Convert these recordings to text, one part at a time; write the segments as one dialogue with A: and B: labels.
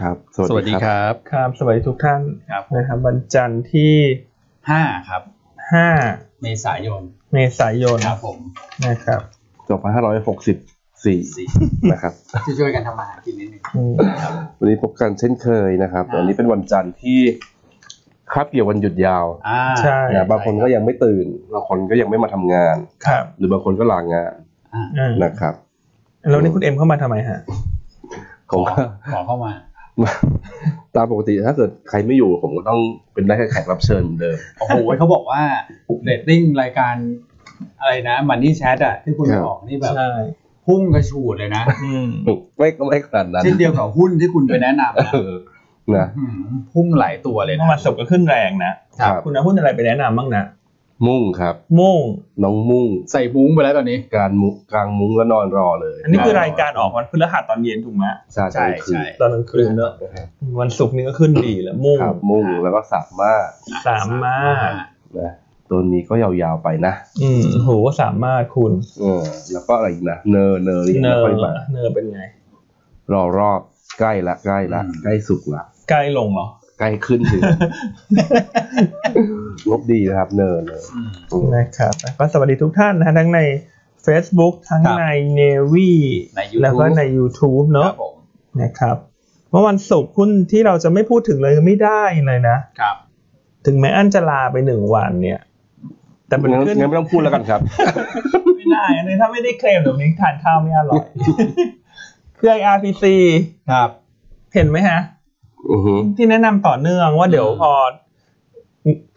A: ครับ
B: สวัสดีครับ
C: ครับสวัสดีทุกท่าน
B: ครับ
C: นะครับวันจันทร์ที่
B: ห้าครับ
C: 5
B: เมษายน
C: เมษายน
B: ครับผม
C: นะครับ
A: 2564
B: สี่
A: นะครับ
B: ช่วยๆกันทำมาหากินนิดนึง
C: อืม
A: วันนี้พบกันเช่นเคยนะครับ
B: ครับ
A: วันนี้เป็นวันจันทร์ที่คาบเกี่ยววันหยุดยาว
B: อ่า
C: ใช่
A: นะบางคนก็ยังไม่ตื่น บางคนก็ยังไม่มาทำงาน
C: ครับ
A: หรือบางคนก็ลางาน
B: อ่า
C: อ่า
A: นะครับ
C: แล้วนี่คุณเอ็มเข้ามาทำไมฮะ
A: ผ
B: ขอ
A: มก็
B: ขอเข้ามา
A: ตามปกติถ้าเกิดใครไม่อยู่ผมก็ต้องเป็นได้แค่แขกรับเชิญเหมือนเดิม
B: โอ้โหเขาบอกว่าเรตติ้งรายการอะไรนะมันนี่แชทอะที่คุณ
A: ครับ
B: บอกนี่แบบ
C: ใช่
B: พุ่งกระฉูดเลยนะ
C: อืม
A: ไม่ไม่ขนาดนั้น
B: เช่นเดียวกับหุ้นที่คุณไปแนะนำนะ
A: เออนะ
B: หืมพุ่งหลายตัวเลยนะ
C: มาสุกร์ก็ขึ้นแรงนะครับ คุณเอาหุ้นอะไรไปแนะนำบ้างนะ
A: มุ่งครับ
C: มุ่ง
A: น้องมุ่ง
B: ใส่บุ้งไปแล้วตอนนี้
A: การมุกลางมุ้งแล้วนอนรอเลย
C: อันนี้คือรายการออกวันพฤหัสตอนเย็นถูกไหม
A: ใช่ใช่คือ
B: ใช่
C: ตอนกลางคืนเนอะวันศุกร์นี้ก็ขึ้นดีแล้วมุ่ง
A: ครับมุ่งแล้วก็สามารถ
C: สามารถ
A: นะตัวนี้ก็ยาวๆไปนะ
C: อืมโหสามารถคุณ
A: เออแล้วก็อะไรอีกนะเนอร์เนอร์นี่ยัง
C: เนอ
A: ไม่
C: ร์
A: ค่อยมา
C: เนอร์เป็นไง
A: รอรอบใกล้ละใกล้ละ
B: อืม
A: ใกล้สุดละ
C: ใกล้ลงเหรอ
A: ใกล้ขึ้น ถึง งบดีนะครับ เนอร์เนอร์
B: อืม
A: อืม
C: นะครับก็สวัสดีทุกท่านนะฮะทั้งใน Facebook ทั้ง
B: ครับ
C: ใน Navy
B: ใน YouTube
C: แล้วก็ใน YouTube
B: ค
C: เน
B: รั
C: อะ
B: บผม
C: นะครับเมื่อวันศุกร์หุ้นที่เราจะไม่พูดถึงเลยไม่ได้เลยนะ
B: ครับ
C: ถึงแม้อันจะลาไปหนึ่งวันเนี่ย แต่มัน
A: งั้น
C: ขึ้น
A: งั้นไม่ต้องพูดแล้วกันครับ
C: ไม่ได้อันนี้ถ้าไม่ได้เคลมเดี๋ยวนี้ทานข้าวไม่อร่อย คือ IRPC
B: ครับ
C: เห็นไหมฮะ
A: อือฮึ
C: ที่แนะนำต่อเนื่องว่าเดี๋ยว
B: อืม
C: พอ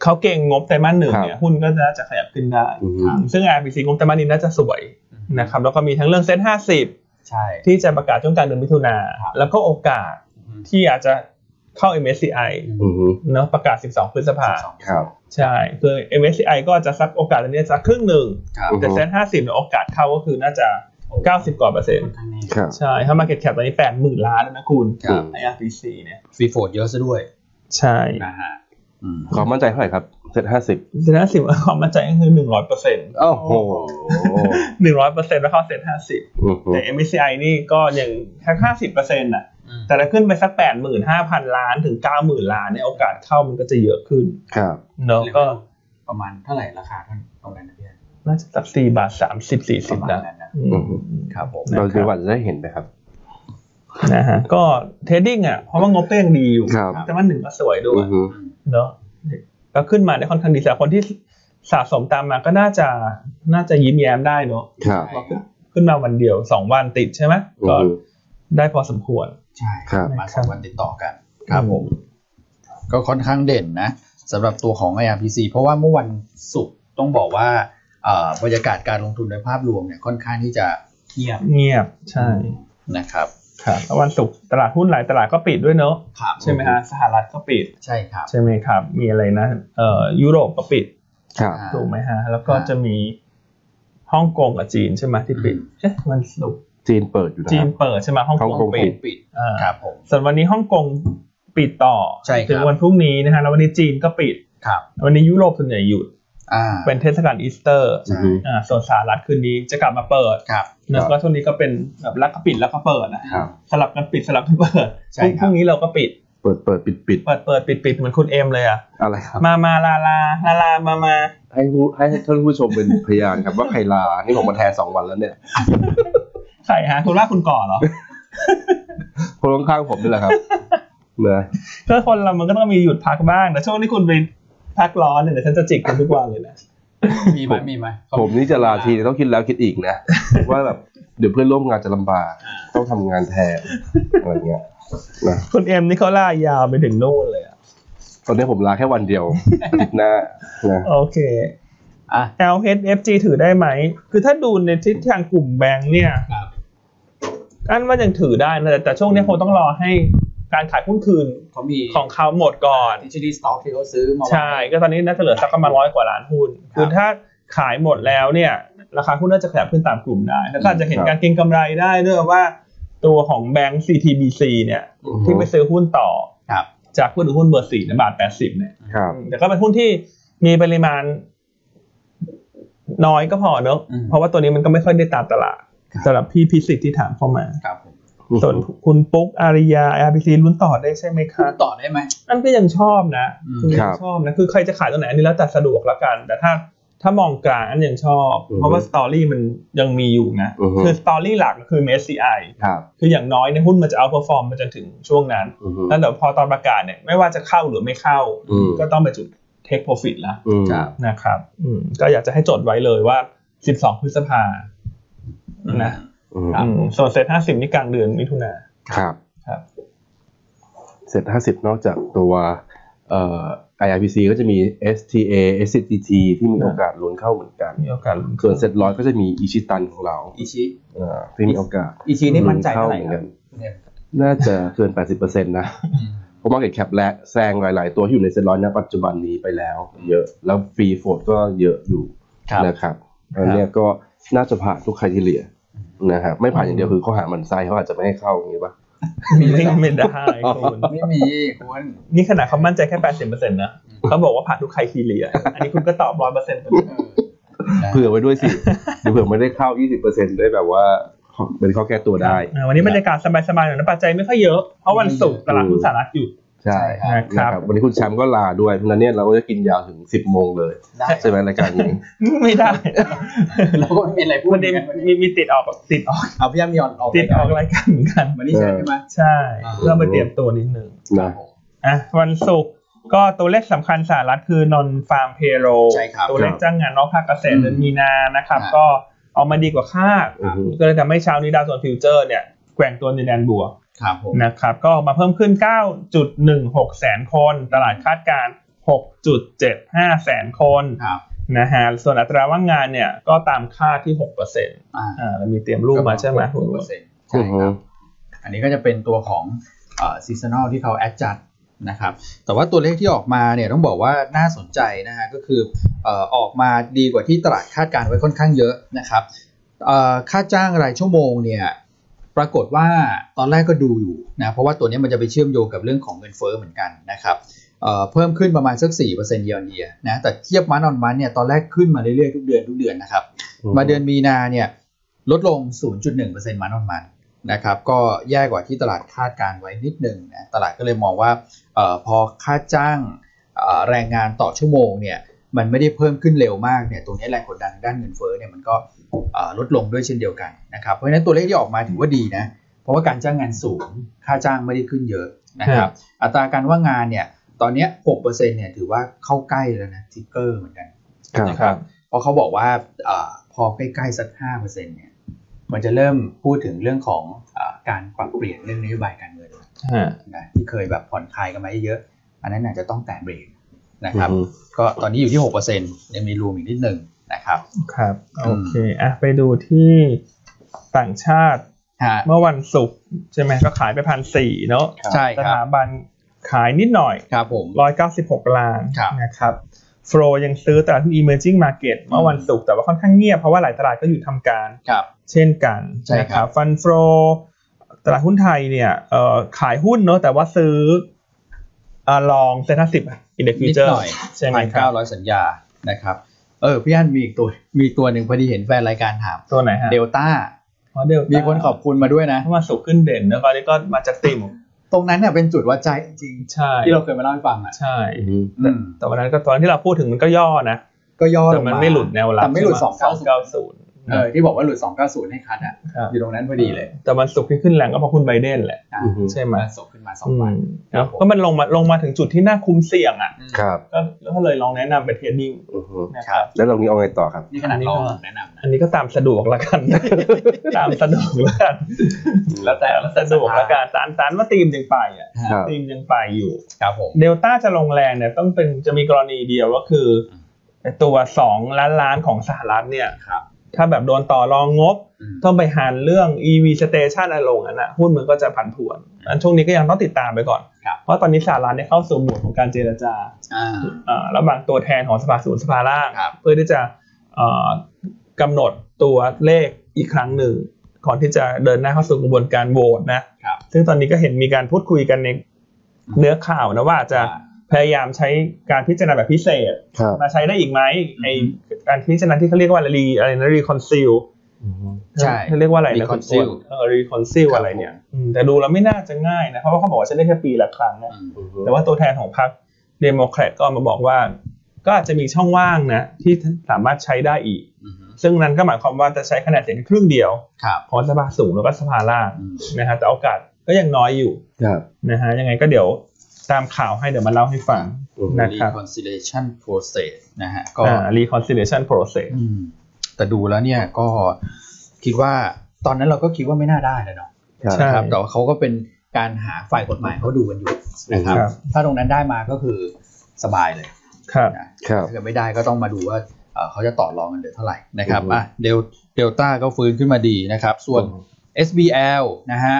C: เขาเก่งงบไตรมาสหนึ่ง
A: ค
C: เนี่
A: รั
C: ย
A: บ
C: หุ้นก็น่าจะขยับขึ้นได้
A: อือฮึ
C: ซึ่ง RBC งบไตรมาสนี้น่าจะสวยนะครับแล้วก็มีทั้งเรื่องเซ็ตห้าสิบ
B: ใช่
C: ที่จะประกาศช่วงกลางเดือนมิถุนาแล้วก็โอกาส
B: อืม
C: ที่อาจจะเข้า MSCI
A: อือฮึ
C: เนาะประกาศ 12 พฤษภา
B: 12
A: ครับ
C: ใช่คือ MSCI ก็จะสักโอกาสอันเนี้ยสักครึ่งหนึ่ง
B: ครับ
A: อือฮึ
C: แต่เซ็ตห้าสิบโอกาสเข้าก็คือน่าจะ 90 กว่าเปอร์เซ็น
B: ค่อ
C: ต์
B: นข้างแน่
A: ครับ
C: ใช่ถ้า Market Cap ตอนนี้ 80,000 ล้านแล้วนะคุณ
B: ครับ
C: IRPC เนี่ย
B: ฟรีโฟดเยอะซะด้วย
C: ใช่
B: นะฮะอืม
A: ความมั่นใจเท่าไหร่ครับเซตห้าสิบ
C: เซ็ตห้าสิบความมั่นใจก็คือ 100เปอร์เซ็นต์
A: โอ้โห
C: 100เปอร์เซ็นต์แล้วเข้าเซ็ตห้าสิบ
A: อือฮึ
C: แต่ MSCI นี่ก็ยังแค่50เปอร์เซ็นต์อะ แต่ถ้าขึ้นไปสัก 85,000 ล้านถึง 90,000 ล้านเนี่ยโอกาสเข้ามันก็จะเยอะขึ้น
A: ครับ
C: เนาะ
B: ก็
C: ก็
B: ประมาณเท่าไหร่ราคาเท่าตรงนั้นนะพี่แอน
C: น่าจะสัก4บาท 30
B: ประมา
C: 40
B: ณ
C: นะ
B: นั้นนะ
C: อื
A: อื
C: ม
A: ม
B: ครับผม
C: นะ
A: เราจะวันจะได้เห็นไหมครับ
C: นะฮะก็เทรดดิ้งอ่ะ เพราะว่างบก็ยังดีอยู่
A: ครับ
C: แต่มันหนึ่งก็สวยด้ว
A: อื
C: ย
A: อฮึ
B: อืม
C: เนาะก็ขึ้นมาได้ค่อนข้างดีแต่คนที่สะสมตามมาก็น่าจะน่าจะยิ้มแย้มได้เนาะ
A: ครับ
B: ใช่ครับ
C: ขึ้นมาวันเดียว 2 วันติดใช่ไหม
A: อื
C: ก็
A: อฮึ
C: ได้พอสมควร
B: ใช่
A: ครับ
B: มาสองวันติดต่อกัน
C: ครับผม
B: ก็ค่อนข้างเด่นนะสำหรับตัวของ IRPC เพราะว่าเมื่อวันศุกร์ต้องบอกว่าเอ่อบรรยากาศการลงทุนโดยภาพรวมเนี่ยค่อนข้างที่จะเงียบ
C: เงียบใช่
B: นะครับ
C: ครับแล้ววันศุกร์ตลาดหุ้นหลายตลาดก็ปิดด้วยเนาะ
B: ครับ
C: ใช่ไหมฮะสหรัฐก็ปิด
B: ใช่ครับ
C: ใช่ไหมครับ มีอะไรนะ เอ่อยุโรปก็ปิด
A: ครับ
B: อ่า
C: ถูกไหมฮะ แล้วก็
B: อ่า
C: จะมีฮ่องกงกับจีนใช่ไหมที่ปิด
B: อืม
C: เอ๊ะมันสุกร์
A: จีนเปิดอยู่นะ
C: จี
A: คน รับ
C: เปิดใช่ไหมฮ่อง
A: ฮ่
C: ก
A: อง
C: ง
A: กง
C: ปิ
B: ปิ
C: ด
B: ดปิด
C: อ่า
B: ครับผม
C: ส่วนวันนี้ฮ่องกงปิดต่อ
B: ใช่ครับ
C: ถึงวันพรุ่งนี้นะฮะแล้ววันนี้จีนก็ปิด
B: ครับ
C: วันนี้ยุโรปส่วนใหญ่หยุด
B: อ่า
C: เป็นเทศกาลอีสเตอร์
A: อือฮึ
C: อ่าส่วนสหรัฐคืนนี้จะกลับมาเปิด
B: ครับ
C: แล้วก็ช่วงนี้ก็เป็นแบบแล้วก็ปิดแล้วก็เปิดนะครับ สลับกันปิดสลับกันเปิด
B: ใช่ครับ
C: พรุ่งนี้เราก็ปิด
A: เปิดเปิดปิดปิด
C: เปิดเปิดปิดปิดเหมือนคุณเอมเลยอะ
A: อะไรครับ
C: มา มา ลา ลา ลา ลา มา มา
A: ให้ผู้ให้ท่านผู้ชมเป็นพยานครับว่าใครลา นี่ผมมาแทนส องวันแล้วเนี่ย
C: ใส่ฮะคุณว่าคุณก่อเหรอ
A: คนข้างๆผมนี่แหละครับ นะ
C: ก็คนเรามันก็ต้องมีหยุดพักบ้าง แต่ช่วงที่คุณไปพักร้อนเนี่ยเดี๋ยวฉันจะจิกคุณทุกวันเลยนะ
B: มีไหมมีไหม
A: ผมนี่จะลาทีต้องคิดแล้วคิดอีกนะ ว่าแบบเดี๋ยวเพื่อนร่วมงานจะลำบาก ต้องทำงานแทนอะไรเงี้ยนะ
C: คุณเอ็มนี่เขาล่ายาวไปถึงนู่นเลยอะ
A: ตอนนี้ผมลาแค่วันเดียวอาทิตย์หน้านะ
C: โอเค
B: อ่ะ
C: LHFG ถือได้ไหม คือถ้าดูในทิศทางกลุ่มแบงค์เนี่ย
B: ครับ
C: อันว่ายังถือได้นะ แต่ช่วงนี้คงต้องรอให้การขายหุ้นคืน
B: เขามี
C: ของเขาหมดก่อน
B: ดิจิทัลสต็อกที่เขาซื้อมาไว้
C: ใช่ ก็ตอนนี้น่าจะเหลือสักประมาณร้อยกว่าล้านหุ้น
B: ครับ
C: คือถ้าขายหมดแล้วเนี่ยราคาหุ้นน่าจะขยับขึ้นตามกลุ่มได้ แล้วก็อาจจะเห็น
A: ครับ
C: การเก็งกำไรได้ด้วยว่าตัวของแบงก์ CTBC เนี่ยที่ไปซื้อหุ้นต่อ
B: ครับ
C: จากผู้ถือหุ้นเบอร์สี่ในบาทแปดสิบเนี่ย
A: ครับ
C: แต่ก็เป็นหุ้นที่มีปริมาณน้อยก็พอเนอะ
B: อืม
C: เพราะว่าตัวนี้มันก็ไม่ค่อยได้ตามตลาด
B: ครับ
C: สำหรับพี่พิสิทธิ์ที่ถามเข้ามา
B: ครับผม
A: อืม
C: ส่วนคุณปุ๊กอาริยา RPC ลุ้นต่อได้ใช่ไหมคะ
B: ต่อได้ไหม
C: นั่นก็ยังชอบนะ
B: อืม
C: คือ
A: ครั
C: ยัง
A: บ
C: ชอบนะคือใครจะขายตัวไหนอันนี้แล้วแต่สะดวกละกัน แต่ถ้าถ้ามองกลางอันยังชอบ
A: อือฮึ
C: เพราะว่าสตอรี่มันยังมีอยู่นะ
A: อือฮึ
C: คือสตอรี่หลักคือ MSCI
A: ครับ
C: คืออย่างน้อยในยหุ้นมันจะเอาเปอร์ฟอร์มมาจนถึงช่วงนั้น
A: อือฮึ
C: แล้วเดี๋ยวพอตอนประกาศเนี่ยไม่ว่าจะเข้าหรือไม่เข้า
A: อืม
C: ก็ต้องไปจุด take profit ละ
A: อืม
B: ครับ
C: นะครับอืมก็อยากจะให้จดไว้เลยว่า 12 พฤษภานะ
A: อืม
C: อืมส่วนเซต50 นี่กลางเดือนมิถุนา
A: ครับ
C: ครับ
A: เสร็จ 50 นอกจากตัวเอ่อ IRPC ก็จะมี STA SCTT ที่มีโอกาสลุ้นเข้าเหมือนกัน
C: มีโอกาสลุ้น
A: ส่วนเสร็จร้อยก็จะมีอิชิตันของเรา
B: อิชิ
A: อ่าที่มีโอกาส
B: อิชินี่มั่นใจเท่าไหร่
A: ลุ้น
B: ค
A: ข้
B: รับ
A: มือน
B: เนี่ย
A: นน่าจะเกิน 80%นะ เพราะ Market Cap และแซงหลาย ๆ ตัวที่อยู่ในเซ็ตร้อยณปัจจุบันนี้ไปแล้ว เยอะแล้วฟรีโฟดก็เยอะอยู่
B: ครับ
A: นะครับอันเนี้ยก็น่าจะผ่านทุกใครที่เหลียนะครับไม่ผ่านอย่างเดียวคือเขาหาหมันไส้เขาอาจจะไม่ให้เข้าอย่างนี้ปะ
B: มีไหม
C: ไม่
B: ครับ
C: ไม่ได้คุณ
B: ไม่มีคุณ
C: นี่ขนาดเขามั่นใจแค่ 80%นะ เขาบอกว่าผ่านทุกใครทีเรีย อันนี้คุณก็ตอบ 100%ไปเลย
A: เผื่อไว้ด้วย สิ เดี๋ยวเผื่อไม่ได้เข้า 20%ได้แบบว่าเป็นข้อแก้ตัวได้
C: อ่าวันนี้บรรยากาศสบายๆหน่อยนะปัจจัยไม่ค่อยเยอะ เพราะวันศุกร์ตลาดหุ้นสหรัฐหยุด
A: ใช่
B: ครับ
A: นะครับ วันนี้คุณแชมป์ก็ลาด้วยเพราะฉะนั้นเนี่ยเราก็จะกินยาวถึง 10 โมงเลย
B: ได้
A: ใช่ไหมรายการนี้
C: ไม่ได้
B: เราก็ไม่มีอะไรพูด
C: วันนี้
B: กันวันนี้
C: มีมีติดออกติดออก
B: เอาพี่ยามยอนออก
C: ติดออกรายการเหมือนกัน
B: วันนี้ใช่ใช่ไหม
C: ใช่
B: อ่า
C: เพื่อมาเตรียมตัวนิดนึง
A: นะ
C: อ่ะวันศุกร์ก็ตัวเลขสำคัญสหรัฐคือนอนฟาร์มเพโร
B: ใช่ครับ
C: ตัวเลขจ้างงานนอกภาคเกษตรเดือนมีนานะครับ
B: อ่า
C: ก็ออกมาดีกว่าคาด
A: อือฮึ
C: ก็เลยทำให้เช้านี้ดาวโจนส์ฟิวเจอร์เนี่ยแกว่งตัวในแดนบวก
B: ครับผม
C: นะครับก็มาเพิ่มขึ้น 9.16 แสนคน ตลาดคาดการณ์ 6.75 แสนคน
B: ครับ
C: นะฮะส่วนอัตราว่างงานเนี่ยก็ตามคาดที่ 6%อ
B: อ่า
C: ่าเรามีเตรียมรูปมาใช่ไหม
B: หกเปอร์เซ็นต์ใช่
A: อือ
B: ค
A: ฮึ
B: รับ อันนี้ก็จะเป็นตัวของซีซันอลที่เขาแอดจัดนะครับ แต่ว่าตัวเลขที่ออกมาเนี่ยต้องบอกว่าน่าสนใจนะฮะก็คือเอ่อออกมาดีกว่าที่ตลาดคาดการณ์ไว้ค่อนข้างเยอะนะครับเอ่อค่าจ้างรายชั่วโมงเนี่ยปรากฏว่าตอนแรกก็ดูอยู่นะเพราะว่าตัวเนี้ยมันจะไปเชื่อมโยงกับเรื่องของเงินเฟ้อเหมือนกันนะครับเอ่อเพิ่มขึ้นประมาณสัก4% year on year นะแต่เทียบมันออนมันเนี่ยตอนแรกขึ้นมาเรื่อยๆทุกเดือนทุกเดือนนะครับ มาเดือนมีนาเนี่ยลดลง 0.1%มันออนมันนะครับก็แย่กว่าที่ตลาดคาดการไว้นิดหนึ่งนะตลาดก็เลยมองว่าเออพอค่าจ้างเอ่อแรงงานต่อชั่วโมงเนี่ยมันไม่ได้เพิ่มขึ้นเร็วมากเนี่ยตรงนี้แรงกดดันทางด้านเงินเฟ้อเนี่ยมันก็เอ่อลดลงด้วยเช่นเดียวกันนะครับเพราะฉะนั้นตัวเลขที่ออกมาถือว่าดีนะเพราะว่าการจ้างงานสูงค่าจ้างไม่ได้ขึ้นเยอะนะครับอัตราการว่างงานเนี่ยตอนเนี้ย6%เนี่ยถือว่าเข้าใกล้แล้วนะทิกเกอร์เหมือนกัน
A: ครับ
C: ครับ
B: เพราะเขาบอกว่าเออพอใกล้ๆสักห้าเปอร์เซ็นเนี่ยมันจะเริ่มพูดถึงเรื่องของเออการปรับเปลี่ยนเรื่องนโยบายการเงิน
C: ฮะ
B: นะที่เคยแบบผ่อนคลายกันมาเยอะๆอันนั้นอาจจะต้องแตะเบรกนะครับ
A: อือฮึ
B: ก็ตอนนี้อยู่ที่หกเปอร์เซ็นยังมีรูมอีกนิดหนึ่งนะครับ
C: ครับ
B: อืม
C: โอเคอ่ะไปดูที่ต่างชาติ
B: ฮะ
C: เมื่อวันศุกร์ใช่ไหมก็ขายไปพันสี่เนาะ
B: ใช่
C: ส
B: ครับ
C: ถาบันขายนิดหน่อย
B: ครับผม
C: 196 ล้าน
B: ครับ
C: นะครับโฟลยังซื้อตลาดหุ้น emerging market เมื่อวันศุกร์แต่ว่าค่อนข้างเงียบเพราะว่าหลายตลาดก็หยุดทำการ
B: ครับ
C: เช่นกัน
B: ใช่ครับ
C: นะฟันโฟลตลาดหุ้นไทยเนี่ยเอ่อขายหุ้นเนอะแต่ว่าซื้ออาลองเซ็นทรัลสิบอินเด็กซ์ฟิว
B: นิด
C: เจอร์
B: หน่อย
C: ใช่ไหม
B: พัน
C: ครั
B: เก้า
C: บ
B: ร้อยสัญญานะครับเออพี่อันมีอีกตัวมีตัวหนึ่งพอดีเห็นแฟนรายการถาม
C: ตัวไหนฮะ
B: เดลต้า
C: อ๋อเดลต้า
B: มีคนขอบคุณมาด้วยนะ
C: เพราะว่าสุกขึ้นเด่นแล้วก็นี่ก็มาจากติ่ม
B: ตรงนั้นเนี่ยเป็นจุดวัดใจจริง
C: ใช่
B: ๆที่เราเคยมาเล่าให้ฟังอ่ะ
C: ใช่
A: อือฮึ
B: อืม
C: แต่วันนั้นก็ตอนที่เราพูดถึงมันก็ย่อนะ
B: ก็ย่อล
C: แต่
B: งา
C: มันไม่หลุดแนวรับ
B: แต่ไม่หลุด
C: ใช่ไม
B: 290เออที่บอกว่าหลุด 290 ให้คัดอ่ะ
C: ครับ
B: อยู่ตรงนั้นพอดีเลย
C: แต่มันสุกที่ขึ้นแรงก็เพราะคุณไบเดนแหละ
B: อ่ะ
A: อือฮึ
C: ใช่ไหม
B: มันสบขึ้นมา2วัน
C: อืมก็มันลงมาลงมาถึงจุดที่น่าคุ้มเสี่ยงอ่ะ
A: ครับ
C: ก็ก็เลยลองแนะนำเป็นเทรดดิ้ง
A: อือฮึ
C: นะค
B: ครั
C: รับ
B: บ
A: แล้วเรานี้เอาไงต่อครับ
B: นี่ขนาด
C: อันนี้
B: รอ
C: ก็
B: แนะนำนะ
C: อันนี้ก็ตามสะดวกละกัน ตามสะดวกละกัน
B: แล้วแต่
C: สะดวกละกันตามตามว่าตีมยังไปอ่ะ
A: ครับ
C: ตีมยังไปอยู่
B: ครับผม
C: เดลต้าจะลงแรงเนี่ยต้องเป็นจะมีกรณีเดียวก็คือไอ้ตัวสองล้านล้านของสหรัฐเนี่ย
B: ครับ
C: ถ้าแบบโดนต่อรองงบ
B: อืม
C: ต้องไปหารเรื่อง EV station อะไรลงอันน่ะหุ้นมันก็จะผันผวนอันช่วงนี้ก็ยังต้องติดตามไปก่อน
B: ครับ
C: เพราะตอนนี้สหรัฐเนี่ยเข้าสู่โหมวดของการเจรจา
B: อ่า
C: เอ่อระหว่างตัวแทนของสภาสูงสภาล่าง
B: ครับ
C: เพื่อที่จะเอ่อกำหนดตัวเลขอีกครั้งหนึ่ง ก่อนที่จะเดินหน้าเข้าสู่กระบวนการโหวตนะครับ ซึ่งตอนนี้ก็เห็นมีการพูดคุยกันใน
B: อืม
C: เนื้อข่าวนะว่าจะพยายามใช้การพิจารณาแบบพิเศษ
A: ครับ
C: มาใช้ได้อีกไหม
B: อืม
C: ไอการพิจารณาที่เขาเรียกว่ารีอะไรนะรีคอนซิล
B: ใช่
C: เขาเรียกว่าอะไรนะ
B: Reconcile
C: เออรีคอนซิล
B: ครับ
C: อะไรเนี่ยอืมแต่ดูแล้วไม่น่าจะง่ายนะ เพราะว่าเขาบอกว่าจะได้แค่ปีละครั้งนะ
A: อือฮึ
C: แต่ว่าตัวแทนของพรรคเดโมแครตก็ออกมาบอกว่า ก็อาจจะมีช่องว่างนะ ที่สามารถใช้ได้อีก
B: อืมอืม
C: ซึ่งนั้นก็หมายความว่าจะใช้คะแนนเสียงแค่ครึ่งเดียว
B: ครับ
C: ของสภาสูงแล้วก็สภาล่าง
B: อืม
C: นะฮะแต่โอกาสก็ยังน้อยอยู่
A: ครับ
C: นะฮะยังไงก็เดี๋ยวตามข่าวให้เดี๋ยวมาเล่าให้ฟัง
B: นะ
C: นะ
B: ค
C: ค
B: รั
C: รับ บ
B: reconciliation process นะฮะก็
C: อ่า reconciliation process
B: อืมแต่ดูแล้วเนี่ยก็คิดว่าตอนนั้นเราก็คิดว่าไม่น่าได้เลยเนาะ
A: ครับ
C: ใช่
B: นะครับแต่ว่าเขาก็เป็นการหาฝ่ายกฎหมายเขาดูกันอยู่นะครับ
C: ครับ
B: ถ้าตรงนั้นได้มาก็คือสบายเลย
C: ครับ
B: นะครับ ถ้าเกิดไม่ได้ก็ต้องมาดูว่าเอ่อเขาจะต่อรองกันเหลือเท่าไหร่นะครับ
A: อือฮึ
B: อ่ะเดลเดลต้าก็ฟื้นขึ้นมาดีนะครับ ส่วน SBL นะฮะ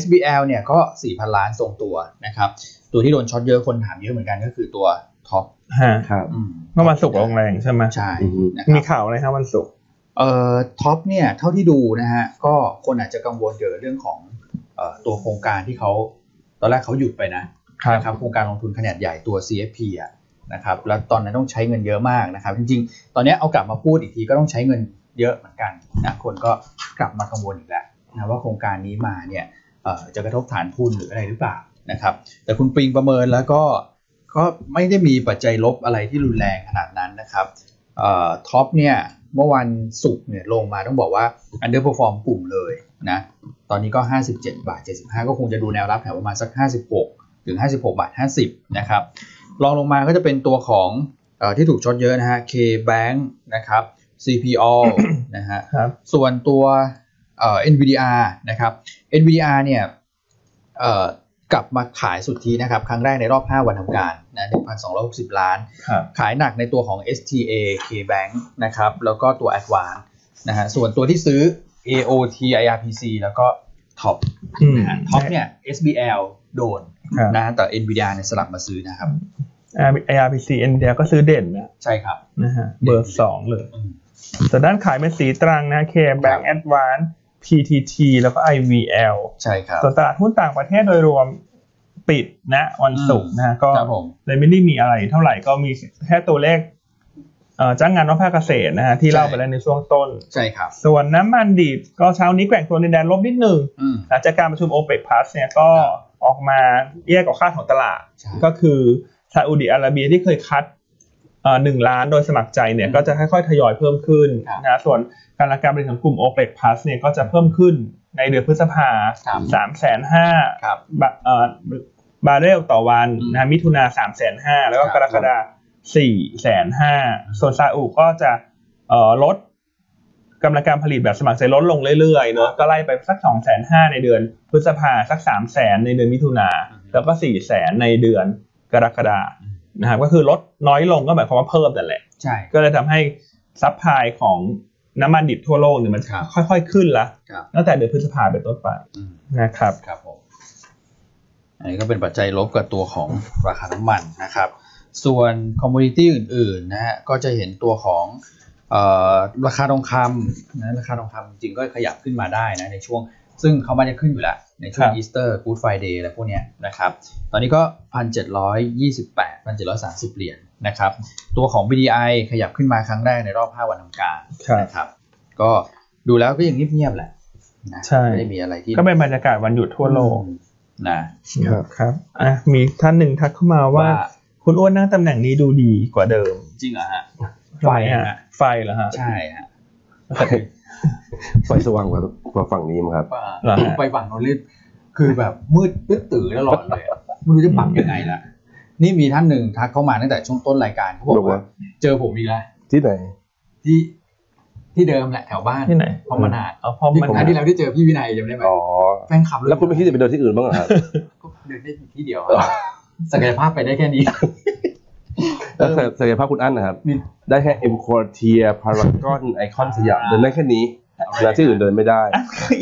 B: SBL เนี่ยก็ 4,000 ล้านทรงตัวนะครับ ตัวที่โดนช็อตเยอะคนถามเยอะเหมือนกันก็คือตัวท็อป
C: ฮะ
A: ครับ
B: อืม
C: เมื่อวันศุกร์ลงแรงใช่ไหม
B: ใช่
A: อือฮึ
B: นะครับ
C: มีข่าวอะไรฮะวันศุกร์
B: เอ่อท็อปเนี่ยเท่าที่ดูนะฮะก็คนอาจจะกังวลเกี่ยวกับเรื่องของเอ่อตัวโครงการที่เขาตอนแรกเขาหยุดไปนะครับ นะครับโครงการลงทุนขนาดใหญ่ตัว CFP อะนะครับแล้วตอนนั้นต้องใช้เงินเยอะมากนะครับ จริงๆ ตอนเนี้ยเอากลับมาพูดอีกทีก็ต้องใช้เงินเยอะเหมือนกันนะคนก็กลับมากังวลอีกแล้วนะว่าโครงการนี้มาเนี่ยเอ่อจะกระทบฐานทุนหรืออะไรหรือเปล่านะครับ แต่คุณปิงประเมินแล้วก็ก็ไม่ได้มีปัจจัยลบอะไรที่รุนแรงขนาดนั้นนะครับ เอ่อท็อปเนี่ยเมื่อวันศุกร์เนี่ยลงมาต้องบอกว่าอันเดอร์ r พ o ร m กลุ่มเลยนะตอนนี้ก็ 57 บาท 75 ก็คงจะดูแนวรับแถวประมาณสัก 56 ถึง 56 บาท 50 นะครับรองลงมาก็จะเป็นตัวของเออที่ถูกช็อตเยอะนะฮะ K Bank นะครับ CPO นะฮะ
C: ครับ
B: ส่วนตัวเอ่อ NVDR นะครับ NVDR เนี่ยเอ่อกลับมาขายสุทธินะครับ ครั้งแรกในรอบ 5 วันทำการนะ1,260 ล้าน
C: ครับ
B: ขายหนักในตัวของ STA KBank นะครับ แล้วก็ตัว Advance นะฮะ ส่วนตัวที่ซื้อ AOT IRPC แล้วก็ Top
C: อืม
B: นะฮะ Top เนี่ย SBL โดน
C: ครับ
B: นะฮะแต่ NVDR เนี่ยสลับมาซื้อนะครับ
C: IRPC NVIDIA ก็ซื้อเด่นนะ
B: ใช่ครับ
C: นะฮะเบอร์สองเลย
B: อืม
C: แต่ด้านขายเป็นสีตรังนะ K Bank Advance PTT แล้วก็ IVL
B: ใช่ครับ
C: ส่วนตลาดหุ้นต่างประเทศโดยรวมปิดนะวันศุกร์นะฮะก็
B: ครับผม
C: เลยไม่ได้มีอะไรเท่าไหร่ก็มีแค่ตัวเลขเอ่อจ้างงานนอกภาคเกษตรนะฮะที่เล่าไปแล้วในช่วงต้น
B: ใช่ครับ
C: ส่วนน้ำมันดิบก็เช้านี้แกว่งตัวในแดนลบนิดหนึ่ง
B: อืม
C: หลังจากการประชุมโอเปกพลัสเนี่ยก็
B: ครับ
C: ออกมาแยกกว่าคาดของตลาด
B: ใช่
C: ก็คือซาอุดิอาระเบียที่เคยคัดเอ่อหนึ่งล้านโดยสมัครใจเนี่ย
B: อืม
C: ก็จะค่อยๆทยอยเพิ่มขึ้น
B: ครับ
C: นะส่วนการละการบริหารของกลุ่มโอเปกพลัสเนี่ยก็จะเพิ่มขึ้นในเดือนพฤษภา
B: ครับ
C: สามแสนห้า
B: ครับ
C: บาเอ่อบาร์เรลต่อวัน
B: อืม
C: นะมิถุนาสามแสนห้าแล้วก็
B: ค
C: ก
B: รับ
C: รกฎาสี่แสนห้าส่วนซาอุก็จะเอ่อลด กำลังการผลิตแบบสมัครใจลดลงเรื่อยๆเนอะก็ไล่ไปสักสองแสนห้าในเดือนพฤษภาสักสามแสนในเดือนมิถุนา
B: อือฮึ
C: แล้วก็สี่แสนในเดือนกรกฎานะครับก็คือลดน้อยลงก็หมายความว่าเพิ่มนั่นแหละ
B: ใช่
C: ก็เลยทำให้ซัพพลายของน้ำมันดิบทั่วโลกเนี่ยมัน
B: ครับ
C: ค่อยๆขึ้นละ
B: ครับ
C: ตั้งแต่เดือนพฤษภาเป็นต้นไป
B: อืม
C: นะครับ
B: ครับผม อันนี้ก็เป็นปัจจัยลบกับตัวของราคาน้ำมันนะครับ ส่วนคอมมูนิตี้อื่นๆนะฮะ ก็จะเห็นตัวของเอ่อราคาทองคำนะ ราคาทองคำจริงๆก็ขยับขึ้นมาได้นะในช่วง ซึ่งเขามันจะขึ้นอยู่แล้ว ในช่วงอีสเตอร์กู๊ดไฟเดย์อะไรพวกเนี้ยนะครับ ตอนนี้ก็พันเจ็ดร้อยยี่สิบแปดพันเจ็ดร้อยสามสิบเหรียญนะครับ ตัวของ BDI ขยับขึ้นมาครั้งแรกในรอบห้าวันทำการ
C: ครับ
B: นะครับ ก็ดูแล้วก็ยังเงียบๆแหละนะ
C: ใช่
B: ไม่ได้มีอะไรที่
C: ก็เป็นบรรยากาศวันหยุดทั่วโลก
B: นะ
A: ครับ
C: ครับอ่ะมีท่านหนึ่งทักเข้ามาว่า คุณอ้วนนั่งตำแหน่งนี้ดูดีกว่าเดิม
B: จริงเหรอฮะ
C: ทำม
B: ไฟฮะ
C: ไฟเหรอฮะ
B: ใช่ฮะ
A: ไฟสว่างกว่ากว่าฝั่งนี้มั้งครับ
C: เหรอฮะ
B: ไปฝั่งโนนเลยคือแบบมืดตึ๊ดตื่นตลอดเลยอะ ไม่รู้จะปรับยังไงละนี่มีท่านหนึ่งทักเข้ามาตั้งแต่ช่วงต้นรายการเขาบอกว่า เจอผมอีกแล้ว
A: ที่ไหน
B: ที่ที่เดิมแหละแถวบ้าน
C: ที่ไหน
B: พอมนาด
C: เอาพอ
B: ที่
C: มัน
B: ครั้งที่แล้วที่เจอพี่วินัยจำได้ไหม
A: อ๋อ
B: แฟนคลับเลย
A: แล้วคุณไม่คิดจะไปเดินที่อื่นบ้างเหรอครับ
B: เดินได้อยู่ที่เดียวอะศักยภาพไปได้แค่นี้
A: แล้วศักยภาพคุณอั้นนะครับ
B: มี
A: ได้แค่เอ็มควอเทียพารากอนไอคอนสยามเดินได้แค่นี้นะที่อื่นเดินไม่ได้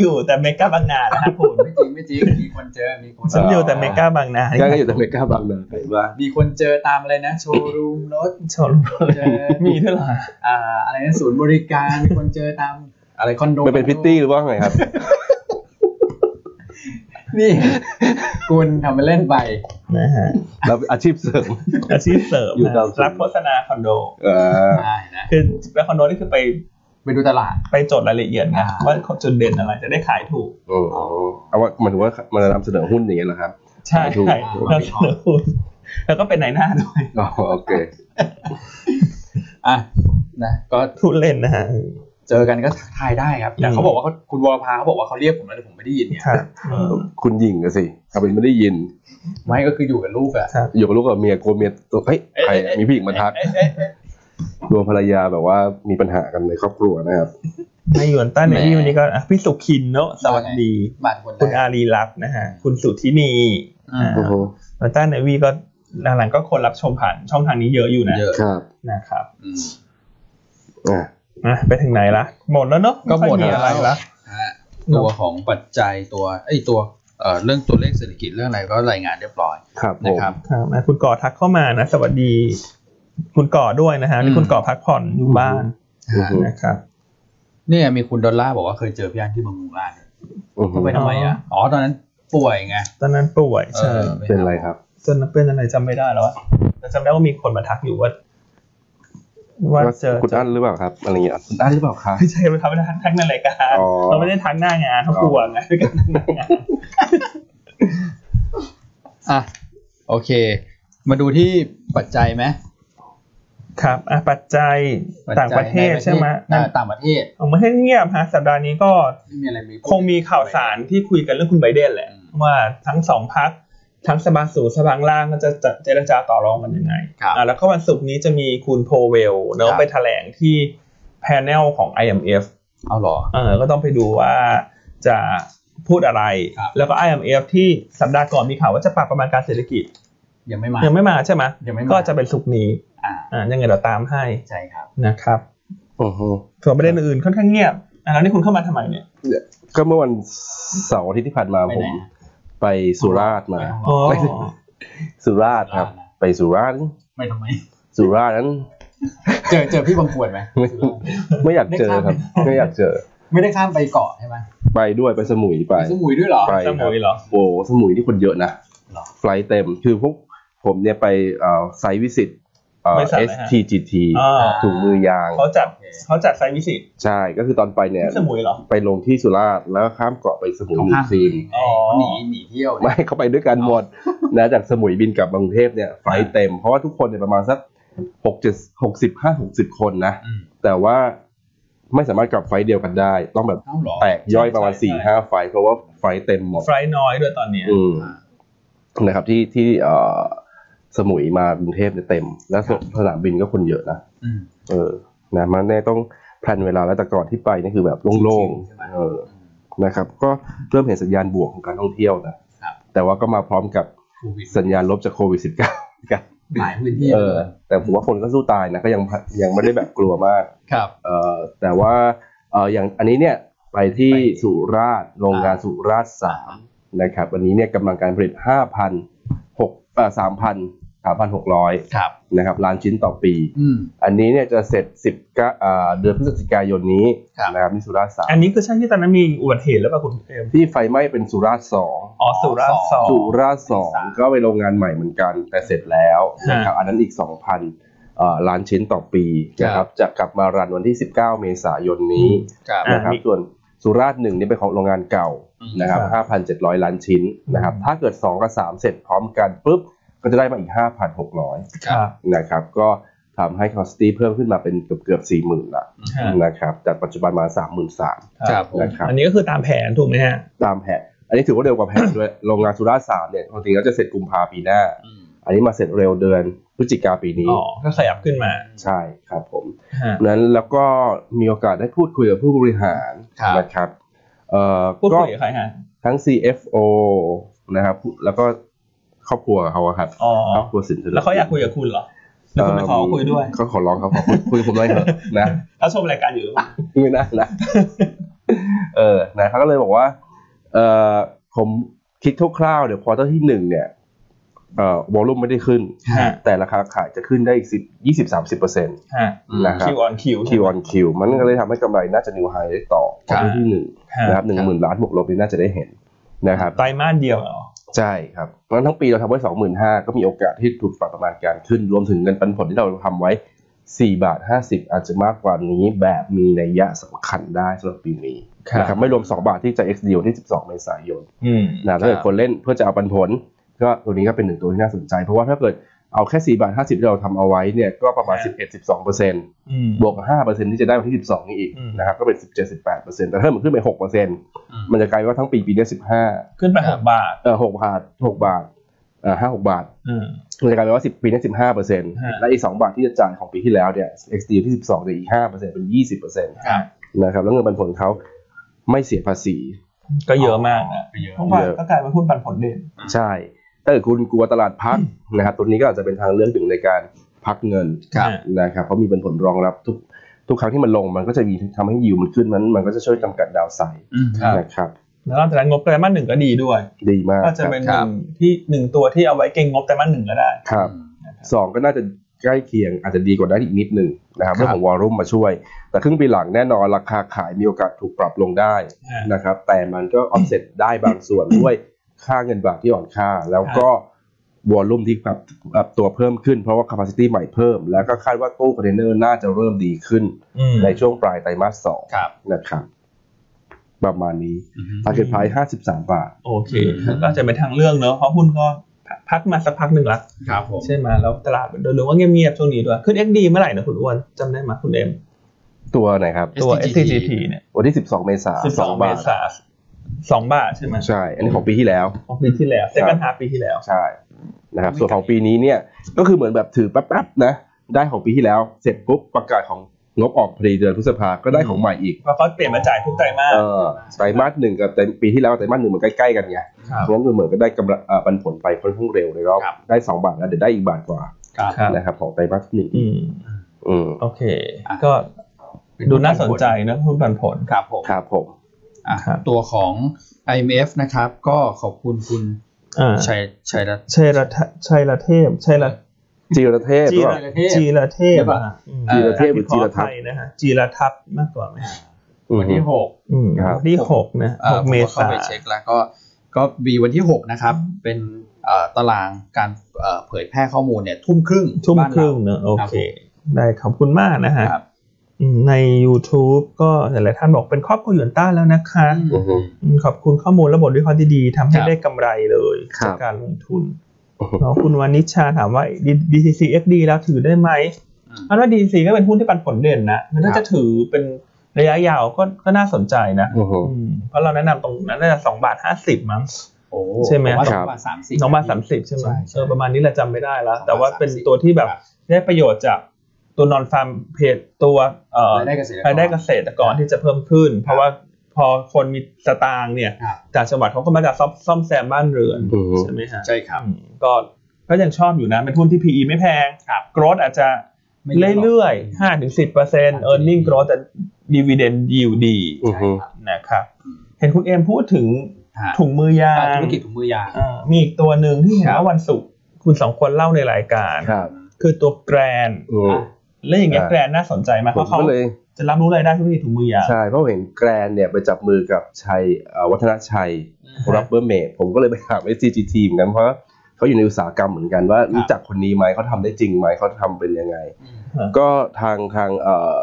C: อยู่แต่เมกาบางนานะครับคุณ
B: ไม่จริงไม่จริงมีคนเจอมีคน
C: ฉันอยู่แต่เมกาบางนา
A: ก็อยู่แต่เมกาบางนาไปบ้าง
B: มีคนเจอตามอะไรนะ โชว์รูมรถ
C: ชน
B: เจอ
C: มีด้วยเหรอ
B: อ่าอะไรนะศูนย์บริการมีคนเจอตามอะไรคอนโด
A: ไปเป็นพิตตี้หรือว่าไงครับ
B: นี่ คุณทำไปเล่นไป
C: นะฮะ
A: เราอาชีพเสริม
C: อาชีพเสริม
A: อยู่
C: นะ
A: ดาวสูง
C: รับโฆษณาคอนโด
A: เออ
B: ได้นะ
C: คือแล้วคอนโดนี่คือไป
B: ไปดูตลาด
C: ไปจดรายละเอียดนะ
B: อ่า
C: ว่าจุดเด่นอะไรจะได้ขายถูก
A: เออเอาว่าหมายถึงว่ามันจะนำเสนอหุ้นอย่างเงี้ยเหรอครับ
C: ใช่
A: ขายถูก
C: แล้วก็แล้วก็เป็นนายหน้าด้วย
A: อ๋อโอเค
B: อ่ะนะก็
C: ทุเล่นนะฮะ
B: เจอกันก็ทักทายได้ครับแต่
C: อืม
B: เขาบอกว่าเขาคุณวรพาเขาบอกว่าเขาเรียกผมแล้วแต่ผมไม่ได้ยินเนี่ย
C: ครับอืม
A: คุณหญิงอะสิเอาเป็นไม่ได้ยิน
B: ไม่ก็คืออยู่กับลูกอะ
A: อยู่กับลูกกับเมียกลัวเมียตัวเฮ้ยใครอะมีผู้หญิงมาทัก
B: เอ๊ะเอ๊ะเอ๊ะ
A: รวมภรรยาแบบว่ามีปัญหากันในครอบครัวนะครับ
C: นายหยวนต้านในที่วันนี้ก็อ่ะพี่สุขินเนาะสวัสดี
B: มาคน
C: คุณ
B: แร
C: อาก รีรัตน์นะฮะคุณสุธินี
B: อืม
C: อ่าแล้วต้านในวีก็หลังๆก็คนรับชมผ่านช่องทางนี้เยอะอยู่นะ
B: เยอะ
A: ครับ
C: นะครับ
B: อืม
A: อ่ะ
C: อ่ะไปถึงไหนละหมดแล้วเนาะ
B: ก็หมด
C: ไค่อย
B: แล้ว
C: อะไรละ
B: นะฮะตัวของปัจจัยตัวไอ้ยตัวเอ่อเรื่องตัวเลขเศรษฐกิจเรื่องอะไรก็รายงานเรียบร้อย
A: ครับผม
B: นะครับ
C: ครับนะคุณก่อทักเข้ามานะ สวัสดี คุณก่อด้วยนะฮะ
B: อืม
C: นี่คุณก่อพักผ่อนอยู่บ้าน
A: อือฮึ
C: นะครับ
B: เนี่ยมีคุณดอลล่าร์บอกว่าเคยเจอพี่อันที่บางมุงราชเนี่ย
A: อือฮึ
B: เขาไปทำไมอ่ะอ๋อตอนนั้นป่วยไง
C: ตอนนั้นป่วยใช่
B: ออ
A: เป็นอะไรครับ
C: จนเป็นอะไรจำไม่ได้แล้วอะแต่จำได้ว่ามีคนมาทักอยู่ว่า ว่าเจอ
A: คุณอั้นหรือเปล่าครับอะไรเงี้ยคุณอั้นหรือเปล่าครับ
C: ไม่ใช่ไม่ทักทักในรายการ
A: อ๋อ
C: เราไม่ได้ทักหน้างานเขากลัวไงด้วยกันทักหน้างาน
B: อ่ะโอเค มาดูที่ปัจจัยไหม
C: ครับอ่ะปัจจัยต่างประเทศใช่ไหม
B: อ่าต่างประเทศ
C: เอาไม่ให้เงียบฮะสัปดาห์นี้ก็
B: ไม่มีอะไรมี
C: คงมีข่าวสารที่คุยกันเรื่องคุณไบเดนแหละ
B: อืม
C: ว่าทั้งสองพักทั้งสภาสูงสภาล่างก็จะจะเจรจาต่อรองกันยังไง
B: ครับ
C: อ่ะแล้วก็วันศุกร์นี้จะมีคุณโพเวลเนาะ
B: ครับ
C: ไปแถลงที่ panel ของ IMF
B: เอาเหรอ
C: เออก็ต้องไปดูว่าจะพูดอะไร
B: ครับ
C: แล้วก็ IMF ที่สัปดาห์ก่อนมีข่าวว่าจะปรับประมาณการเศรษฐกิจ
B: ยังไม่มา
C: ยังไม่มาใช่ไหม
B: ยังไม่มา
C: ก็จะเป็นศุกร์นี้
B: อ่า
C: อ่ะยังไงเราตามให้
B: ใช่ครับ
C: นะครับ
A: โอ้โห
C: ส่วนประเด็นอื่นๆค่อนข้างเงียบอ่ะแล้วนี่คุณเข้ามาทำไมเนี่ย
A: ก็เมื่อวันเสาร์อาทิตย์ที่ผ่านมา
B: ไป
A: ผ
B: ไหน
A: ม
B: อะ
A: ไปสุราษฎร์มา
C: อ๋อ
A: สุราษฎร์ครับ ไปสุราษฎร์
B: ไม่ทำไม
A: สุราษฎร์นั้น
B: เจอเจอพี่บางขวดไหม
A: ไม่ไม่อยากเจอครับ ไม่อยากเจอ
B: ไม่ได้ข้ามไปเกาะใช่ไหม
A: ไปด้วยไปสมุยไป
B: สมุยด้วยเหรอ
A: ไป
C: สมุยเหรอ
A: โอ้โหสมุยนี่คนเยอะนะ
B: หรอ
A: ไฟลท์เต็มคือพวกผมเนี่ยไปเอ่อไซต์วิสิตเอ่อ
C: บริษัทอะไรฮะ
A: STGT
C: อ่า
A: ถุงมือยาง
C: เขาจัด
B: โอเค
C: เขาจัดไซต์วิสิต
A: ใช่ก็คือตอนไปเนี่ย
C: ที่สมุยเหรอ
A: ไปลงที่สุราษฎร์แล้วก็ข้ามเกาะไปสมุยห
B: เขา
A: นึ่
B: ข้าง ม
A: คืน
B: เอ้ยเขาหนีหนีเที่ยวเนี่ย
A: ไม่ เขาไปด้วยกันหมด นะจากสมุยบินกลับกรุงเทพเนี่ยไฟลท์เต็ม เพราะว่าทุกคนเนี่ยประมาณสักหกเจ็ดหกสิบห้าหกสิบคนนะ
B: อืม
A: แต่ว่าไม่สามารถกลับไฟล์เดียวกันได้ ต้องแบบ
B: เอ้าเหรอ
A: แตกย่อยประมาณ
C: ใช่
A: สี่
C: ใช่
A: ห้าไฟล์เพราะว่าไฟล์เต็มหมด
C: ไฟล์น้อยด้วยตอนเนี้ย
A: อืม
B: อ่า
A: นะครับที่ที่เอ่อสมุยมากรุงเทพเนี่ยเต็ม แล้วสสนามบินก็คนเยอะนะ
B: อืม
A: เออนะมันแน่ต้องแพลนเวลาแล้วแต่ก่อนที่ไปนี่คือแบบโล่ง
B: ชิวๆใช่ไหม
A: ๆเออ นะครับก็เริ่มเห็นสัญญาณบวกของการท่องเที่ยวนะครับ แต่ว่าก็มาพร้อมกับ
B: โควิด
A: สัญญาณลบจากโควิด -19 กัน
B: หลายพื้นที่
A: เออแต่ผมว่าคนก็สู้ตายนะก็ยังยังไม่ได้แบบกลัวมาก
B: ครับ
A: เออแต่ว่าเอออย่างอันนี้เนี่ยไปที่
B: ไป
A: สุราษฎร์โรงงานสุราษฎร์สามนะครับวันนี้เนี่ยกำลังการผลิต 5,000หกเอ่อ3,000 3,600
B: ครับ
A: นะครับล้านชิ้นต่อปี
B: อืม
A: อันนี้เนี่ยจะเสร็จ10กะเอ่อเดือนพฤศจิกายนนี้
B: ครับ
A: นะครับที่สุราษฎร์สาม
C: อันนี้คือใช่ที่ตอนนั้นมีอุบัติเหตุหรือเปล่าคุณเอม
A: ที่ไฟไหม้เป็นสุราษฎร์สอง
C: อ๋อสุราษฎร์สอง
A: สุราษฎร์สอง
B: สาม
A: ก็เป็นโรงงานใหม่เหมือนกัน แต่เสร็จแล้วนะครับ
C: ฮะ
A: อันนั้นอีก 2,000เอ่อล้านชิ้นต่อปีนะครับจะกลับมารันวันที่ 19 เมษายนนี้
B: ครับ
C: อ่า
A: นะครับ
C: มี
A: ส่วนสุราษฎร์หนึ่งนี่เป็นของโรงงานเก่า
B: อืม
A: นะครับ
C: ครับ
A: 5,700 ล้านชิ้นนะครับถ้าเกิด 2 กับ 3 เสร็จพร้อมกันปุ๊บ ก็จะได้มาอีก 5,600
B: ครับ
A: นะครับก็ทำให้ capacity เพิ่มขึ้นมาเป็นเกือบเกือบ40,000ละ
C: ฮะ
A: นะครับจากปัจจุบันมา 33,000
B: ครับผม
A: นะครับ
C: อันนี้ก็คือตามแผนถูกไหมฮะ
A: ตามแผน อันนี้ถือว่าเร็วกว่าแผนด้วย โรงงานสุราษฎร์สามเนี่ยความจริงแล้วจะเสร็จกุมภาปีหน้า
B: อืม
A: อันนี้มาเสร็จเร็วเดือนพฤศจิกาปีนี้
C: อ๋อ ก็ขยับขึ้นมา
A: ใช่ครับผม
C: ฮะ
A: นั้นแล้วก็มีโอกาสได้พูดคุยกับผู้บริหาร
B: ครับ
A: นะครับเอ่อ
C: พูด
A: ก็
C: คุยกับใครฮะ
A: ทั้ง CFO นะครับแล้วก็ครอบครัวเขาอะครับ
C: อ๋อ
A: ครอบครัวสิน
C: แล้วเขาอยากคุยกับคุณเหรอแล้วคุณไปขอเขาคุยด้วย
A: เขาขอร้องเขาขอคุยคุยกับผมหน่อยเถอะนะ
C: เขาชมรายการอยู่หรือเปล่า
A: ไม่น่านะ เออ นะเขาก็เลยบอกว่า เออผมคิดคร่าวๆเดี๋ยวควอเตอร์ที่หนึ่งเนี่ย เอ่อวอลลุ่มไม่ได้ขึ้น
C: ฮะ
A: แต่ราคาขายจะขึ้นได้อีกสิบยี่สิบสามสิบเปอร์เซ็นต์
C: ฮะ
A: นะครับ
C: คิวออนคิว
A: คิวออนคิว มันก็เลยทำให้กำไรน่าจะนิวไฮได้ต่อควอเตอ
C: ครั
A: ร์
C: บ
A: ที่หนึ่ง
C: ฮะ
A: นะครับหนึ่งหมื่นล้านบวกลบนี่น่าจะได้เห็นนะครับ
C: ไตรมาสเดียวเหรอ
A: ใช่ครับ เพราะฉะนั้นทั้งปีเราทำไว้สองหมื่นห้าก็มีโอกาสที่ถูกปรับประมาณการขึ้น รวมถึงเงินปันผลที่เราทำไว้ 4 บาท 50 อาจจะมากกว่านี้แบบมีนัยยะสำคัญได้สำหรับปีนี้
B: ครับ
A: นะครับไม่รวม 2 บาทที่จะ XD วันที่ 12 เมษายน
C: อืม
A: นะถ้าเกิด
B: ครับ
A: คนเล่นเพื่อจะเอาปันผล ก็ตัวนี้ก็เป็นหนึ่งตัวที่น่าสนใจ เพราะว่าถ้าเกิดเอาแค่ 4 บาท 50 ที่เราทำเอาไว้เนี่ยก็ประมาณ
C: ครับ
A: 11-12%เปอร์เซ็นต์
C: อืม
A: บวกกับห้าเปอร์เซ็นที่จะได้วันที่สิบสองนี้อีก
C: อืม
A: นะครับก็เป็นสิบเจ็ดสิบแปดเปอร์เซ็นแต่ถ้ามันขึ้นไปหกเปอร์เซ็น
B: อืม
A: มันจะกลายว่าทั้งปีปีได้สิบห้า
C: ขึ้นไปหกบาท
A: เอ่อหกบาทหกบาทเอ่อห้าหกบาท
C: อืม
A: มันจะกลายเป็นว่าสิบปีได้สิบห้าเปอร์เซ็น
C: ฮะ
A: และอีกสองบาทที่จะจ่ายของปีที่แล้วเนี่ย XD ที่สิบสองจะอีกห้าเปอร์เซ็นเป็นยี่สิบเปอร์เซ็น
B: ครับ
A: นะครับแล้วเงินปันผลเขาไม่เสียภาษี
C: ก็เยอะมากนะ
B: ก็เยอะ
C: เพราะว่า
A: เยอะ
C: ก็กลายเป็นหุ้นปันผลเด่น
A: ใช่ถ้าเกิดคุณกลัวตลาดพักนะครับตัวนี้ก็อาจจะเป็นทางเลือกหนึ่งในการพักเงิน
B: ครับ
A: นะครับเพราะมีผลผลรองรับทุกทุกครั้งที่มันลงมันก็จะมีทำให้ยิวมันขึ้นมันมันก็จะช่วยจำกัดดาวไซด์
B: อืม
C: ครับ
A: นะครับ
C: แล้วนอกจากนั้นงบไตรมาสหนึ่งก็ดีด้วย
A: ดีมาก
C: ก็จะเป็น
A: ค
C: ห
A: รับ
C: นึ่งที่หนึ่งตัวที่เอาไว้เก็งงบไตรมาสหนึ่งก็ได้
A: ครับสองก็น่าจะใกล้เคียงอาจจะดีกว่าได้อีกนิดหนึ่งนะครับ
B: ครับ
A: เรื่องของวอลลุ่มมาช่วย แต่ครึ่งปีหลังแน่นอนราคาขายมีโอกาสถูกปรับลงได้
C: อ่าน
A: นะครับแต่มันก็ออฟเซ็ตได้บางส่วน ด้วยค่าเงินบาทที่อ่อนค่า แล้วก็วอลลุ่มที่ปรับปรับตัวเพิ่มขึ้นเพราะว่า capacity ใหม่เพิ่ม แล้วก็คาดว่าตู้คอนเทนเนอร์น่าจะเริ่มดีขึ้น
C: อืม
A: ในช่วงปลายไตรมาสสอง
B: ครับ
A: นะครับประมาณนี้ target price ห้าสิบสามบาท
C: โอเค ก็จะเป็นทางเลือกเนอะเพราะหุ้นก็พักมาสักพักหนึ่งละ
B: ครับผม
C: ใช่ไหมแล้วตลาดโดยรวมก็เงียบๆช่วงนี้ด้วย ขึ้น XD เมื่อไหร่นะคุณอ้วนจำได้ไหมคุณเอ็ม
A: ตัวไหนครับ
B: STGT
C: ตัว STGT เนี่ย
A: วันที่สิบสองเมษา
C: สิบสอง
A: บ
C: เม
A: ท
C: ษาสองบาทใช่ไหม
A: ใช่ อันนี้ของปีที่แล้ว
C: ของปีที่แล้วเซกันฮาปีที่แล้ว
A: ใช่นะครับ ส่วนของปีนี้เนี่ย ก็คือเหมือนแบบถือแป๊บๆนะ ได้ของปีที่แล้ว เสร็จปุ๊บประกาศของงบออกพอดีเดือนพฤษภาก็ได้ของใหม่อีก
C: เพราะเขาเปลี่ยนมาจ่ายทุกไตรมาส
A: เออไตรมาสหนึ่งกับไตรปีที่แล้วไตรมาสหนึ่งมันใกล้ๆกันไง
B: ครับ
A: เพราะฉะนั้นเหมือนก็ได้กำไรเอ่อปันผลไปค่อนข้างเร็วเลยรอบ
B: ครับ
A: ได้สองบาทแล้วเดี๋ยวได้อีกบาทกว่า
B: ครับ
C: ครับ
A: นะครับของไตรมาสหนึ่ง
C: อืม
A: อืม
C: โอเค
B: อ่ะ
C: ก็ดูน่าสนใจนะหุ้นปันผล
B: ครับผม
A: ครับผม
B: อ่ะ
C: ครับ
B: ตัวของ IMF นะครับ ก็ขอบคุณคุณ
C: อ่า
B: ชัยชัยรัตน์
C: ชัยระทะชัยระเทพชัยระ
A: จีรเทพหรือเปล่า
B: ระเทพ
C: จีระเทพ
B: ใช่ปะ
C: อ่ะอืม
A: จีระเทพหรือจีระทัพ
C: ขออภัยนะฮะจีระทัพมากกว่าไหม
B: วันที่หก
C: อืม
A: ครับ
C: วันที่หกนะ
B: อ่า
C: หกเม
B: ผก็
C: ษา
B: เข้าไปเช็คแล้วก็ก็มีวันที่ 6 นะครับ เป็นเอ่อตารางการเอ่อเผยแพร่ข้อมูลเนี่ยทุ่มครึ่ง
C: ทุ่ม
B: บ้าน
C: ครึ่ง
B: เา
C: เนอะโอ
B: ครับ
C: เค ได้ขอบคุณมากนะฮะ
B: ครับ
C: อืมใน YouTube ก็หลายๆท่านบอกเป็นครอบครัวหยวนต้าแล้วนะคะ
B: อืม
A: อือฮึ
C: อืมขอบคุณข้อมูลและบทวิเคราะห์ดีๆทำให้
B: ครับ
C: ได้กำไรเลย
A: ครับ
C: จากการลงทุนเนอะคุณวานิชชาถามว่า DCCXD แล้วถือได้ไหม
B: อืม
C: อันว่า DC ก็เป็นหุ้นที่ปันผลเด่นนะมันถ้า
B: ครั
C: จะ
B: บ
C: ถือเป็นระยะยาวก็ก็น่าสนใจนะ
A: อือฮึ
C: อืมเพราะเราแนะนำตรงนั้นน่าจะสองบาทห้าสิบมั้ง
B: โอ้
C: ใช่ไหม
B: ผ
A: ค
B: ว่าส
A: รั
B: อบ งบาทสามสิบ
C: สองบาทสามสิบใช่ไหม
B: ใช่ใช่
C: เออประมาณนี้แหละจำไม่ได้แล้ว
B: 2.30
C: แต่ว่าเป็นตัวที่แบบได้ประโยชน์จากตัวนอนฟาร์มเพจตัวเอ่อ
B: รายได้เกษตรกร
C: รายได้เกษตรกรที่จะเพิ่มขึ้น เพราะว่าพอคนมีสตางค์เนี่ย
B: ครับ
C: จากจังหวัดเขาก็มาจากซ่อมซ่อมแซมบ้านเรือน
A: อือฮึ
C: ใช่ไหมฮะ
B: ใช่ครับ
C: อืมก็ก็ยังชอบอยู่นะเป็นหุ้นที่ PE ไม่แพง
B: ครับ
C: โกรดอาจจะ
B: ไม่ยะหก
C: เรื่อยๆห้าถึงสิบเปอร์เซ็นต์ earning growth แต่ dividend yield ดี
A: อือฮึ
C: นะครับ
B: อืม
C: เห็นคุณเอมพูดถึง
B: ฮะ
C: ถุงมือยา
B: อ่าง ธุรกิจถุงมือยาง
C: อ่ามีอีกตัวหนึ่งที่เห็น
B: ครับ
C: ว่าวันศุกร์คุณสองคนเล่าในรายการ
A: ครับ
C: คือตัวแกรน
A: อืม
C: และอย่างเงี้ย
A: อ่า
C: แกรนน่าสนใจมาก
A: ผม
C: เพราะเขา
A: ก็เลย
C: จะรับรู้รายได้ธุรกิจถุงมือยาง
A: ใช่เพราะเห็นแกรนเนี่ยไปจับมือกับชัยเอ่อวัฒนชัย
C: อืม
A: รับเบอร์เมดผมก็เลยไปถาม SCGT เหมือนกันเพราะเขาอยู่ในอุตสาหกรรมเหมือนกันว่ารู้จักคนนี้ไหมเขาทำได้จริงไหมเขาทำเป็นยังไง
B: อืม
A: ก็ทางทางเอ่อ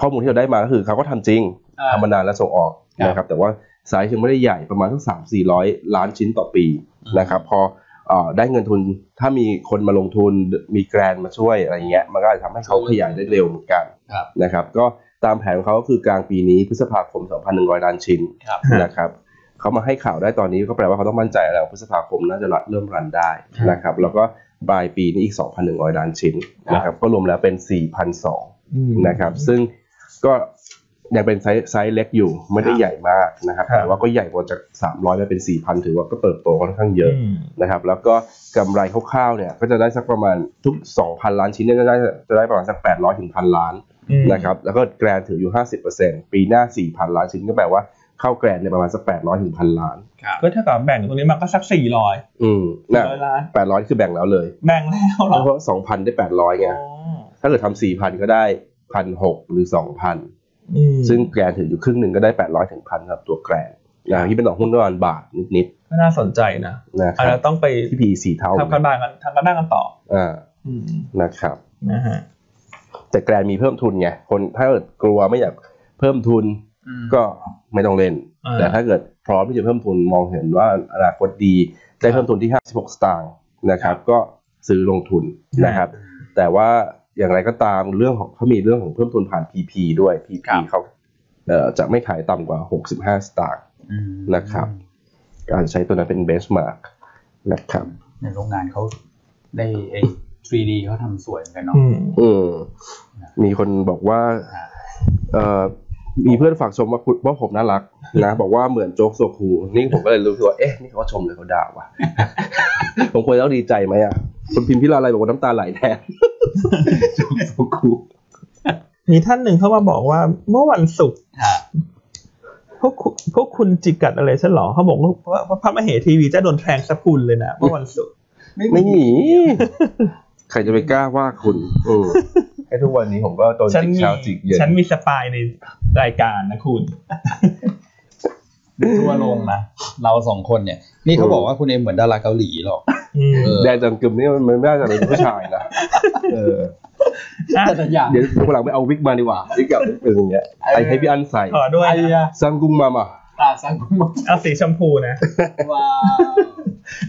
A: ข้อมูลที่เราได้มาก็คือเขาก็ทำจริง
B: อ่า
A: ทำมานานแล้วส่งออก
B: ครับ
A: นะครับแต่ว่าไซส์ยังไม่ได้ใหญ่ประมาณสักสามสี่ร้อยล้านชิ้นต่อปี
B: อืม
A: นะครับพอเอ่อได้เงินทุนถ้ามีคนมาลงทุนมีแกรนด์มาช่วยอะไรเงี้ยมันก็อาจจะทำให้เขาขยายได้เร็วเหมือนกัน
B: ครับ
A: นะครับก็ตามแผนของเขาก็คือกลางปีนี้พฤษภาคม 2,100 ล้านชิ้น
B: ครับ
A: นะครับเขามาให้ข่าวได้ตอนนี้ก็แปลว่าเขาต้องมั่นใจแล้วพฤษภาคมน่าจะเริ่มรันได้นะครับแล้วก็ปลายปีนี้อีก 2,100 ล้านชิ้นนะครับก็รวมแล้วเป็น 4,200
C: อืม
A: นะครับซึ่งก็ยังเป็นไซส์ไซส์เล็กอยู่ไม่ได้ใหญ่มากนะครับ
C: ครับ
A: แต่ว่าก็ใหญ่กว่าจาก 300มาเป็น 4,000 ถือว่าก็เติบโตค่อนข้างเยอะ
C: อืม
A: นะครับแล้วก็กำไรคร่าวๆเนี่ยก็จะได้สักประมาณทุก 2,000 ล้านชิ้นเนี่ยจะได้จะได้ประมาณสัก 800ถึงพันล้าน
C: อืม
A: นะครับแล้วก็แกรนถืออยู่ 50%ปีหน้า 4,000 ล้านชิ้นก็แปลว่าเข้าแกรนเนี่ยประมาณสัก 800ถึงพันล้าน
B: ครับ
C: ก็ถ้ากับแบ่งตรงนี้มันก็สักสี่ร้อย
A: อืมนะ
C: ร้อยล้าน
A: 800 คือแบ่งแล้วเลย
C: แบ่งแล้วเหรอ
A: เพราะ 2,000 ได้ 800ไง
C: อ๋อ
A: ถ้าเกิดทำ4,000 ก็ได้ 1,600 หรือ 2,000
C: อืม
A: ซึ่งแกรนถืออยู่ครึ่งหนึ่งก็ได้ 800ถึงพันครับตัวแกรนนะที่เป็นต่อหุ้นประมาณบาทนิด
C: ก็น่าสนใจนะ
A: ๆนะค
C: อ่ะ
A: รั
C: เรา
A: บ
C: ต้องไป
A: ที่ PE สี่เท่า
C: ทำกันบ้านกันทำกันบ้านกันต่อ
A: อ่า
C: อืม
A: นะครับ
C: นะฮะ
A: แต่แกรนมีเพิ่มทุนไงคนถ้าเกิดกลัวไม่อยากเพิ่มทุน
B: อืม
A: ก็ไม่ต้องเล่น
C: อ่า
A: แต่ถ้าเกิดพร้อมที่จะเพิ่มทุนมองเห็นว่าอนาคตดีได้เพิ่มทุนที่ 56 สตางค์นะครับ ก็ซื้อลงทุนนะครับ แต่ว่าอย่างไรก็ตามเรื่องของเขามีเรื่องของเพิ่มทุนผ่าน PP ด้วย PP
B: ครับ
A: เขาเอ่อจะไม่ขายต่ำกว่า 65 สตางค์
B: อืม
A: นะครับ การใช้ตัวนั้นเป็นเบสมาร์กนะครับ
B: ในโรงงานเขาได้ไอ้ 3D เขาทำสวยเหมือนกันเนาะ
C: อืม
A: อืมมีคนบอกว่า เอ่อมีเพื่อนฝากชมว่าคุณว่าผมน่ารักนะบอกว่าเหมือนโจ๊กโซคูนี่ผมก็เลยรู้สึกว่าเอ๊ะนี่เขาชมหรือเขา ด่าวะ ผมควรต้องดีใจไหมอ่ะคุณพิมพ์พิลาอะไรบอกว่าน้ำตาไหลแทน โจ๊กโซคู
C: มีท่านหนึ่งเข้ามาบอกว่าเมื่อวันศุกร์พวกคุณพวกคุณจิกัดอะไรฉันเหรอเขาบอกว่าว่าพระมเหทีวีจะโดนแทงสะพุนเลยนะเมื่อวันศุกร์
A: ไม่หนีใครจะไปกล้าว่าคุณอืม
D: ให้ทุกวันนี้ผมก็โดนจิ
C: ฉั
D: ก
C: มี
D: เช้าจิกเย็น
C: ฉันมีสปายในรายการนะคุณ
B: ทั่วโรงนะ เราสองคนเนี่ย นี่เขาบอกว่าคุณเอมเหมือนดาราเกาหลีหรอก
C: อืม
B: เออ
A: แดนจังกึมนี่มันไม่น่าจะเป็นผู้ชาย นะเออ
C: อ่ะ
B: แต่อย่าง
A: เดี๋ยววันหลังไม่เอาวิกมาดีกว่าวิกแบบเป็นอย่างเงี้ยไอให้พี่อันใส่
C: ขอด้วย
B: ไอ้อะ
A: ซังกุงมามา
B: ตาสังกุม
C: เอาสีชมพูนะ
B: ว้าว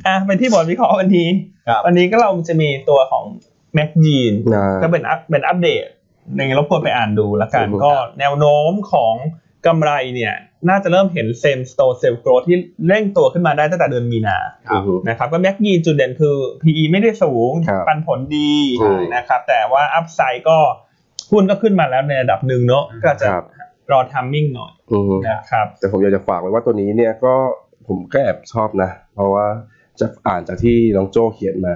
C: อ่ะไปที่บทวิเคราะห์วันนี้
B: ครับ
C: วันนี้ก็เราจะมีตัวของแม็กยีน
A: อ่า
C: ก็เป็นอัพเป็นอัปเดตหนึ่งรบกวนไปอ่านดูละกัน
A: ครับ
C: ก็แนวโน้มของกำไรเนี่ย น่าจะเริ่มเห็นเซมสโตเซลโกรที่เร่งตัวขึ้นมาได้ตั้งแต่เดือนมีนา
A: อือฮึ
C: นะครับก็แม็กยีนจุดเด่นคือ PE ไม่ได้สูง
A: ครับ
C: ปันผลดี
A: ใช่
C: นะครับ แต่ว่าอัพไซด์ก็หุ้นก็ขึ้นมาแล้วในระดับหนึ่งเนอะก็จะ
A: ครับ
C: รอทัมมิ่งหน่อย
A: อือฮึ
C: นะครับ
A: แต่ผมอยากจะฝากไว้ว่าตัวนี้เนี่ยก็ผมก็แอบชอบนะ เพราะว่าจะอ่านจากที่น้องโจเขียนมา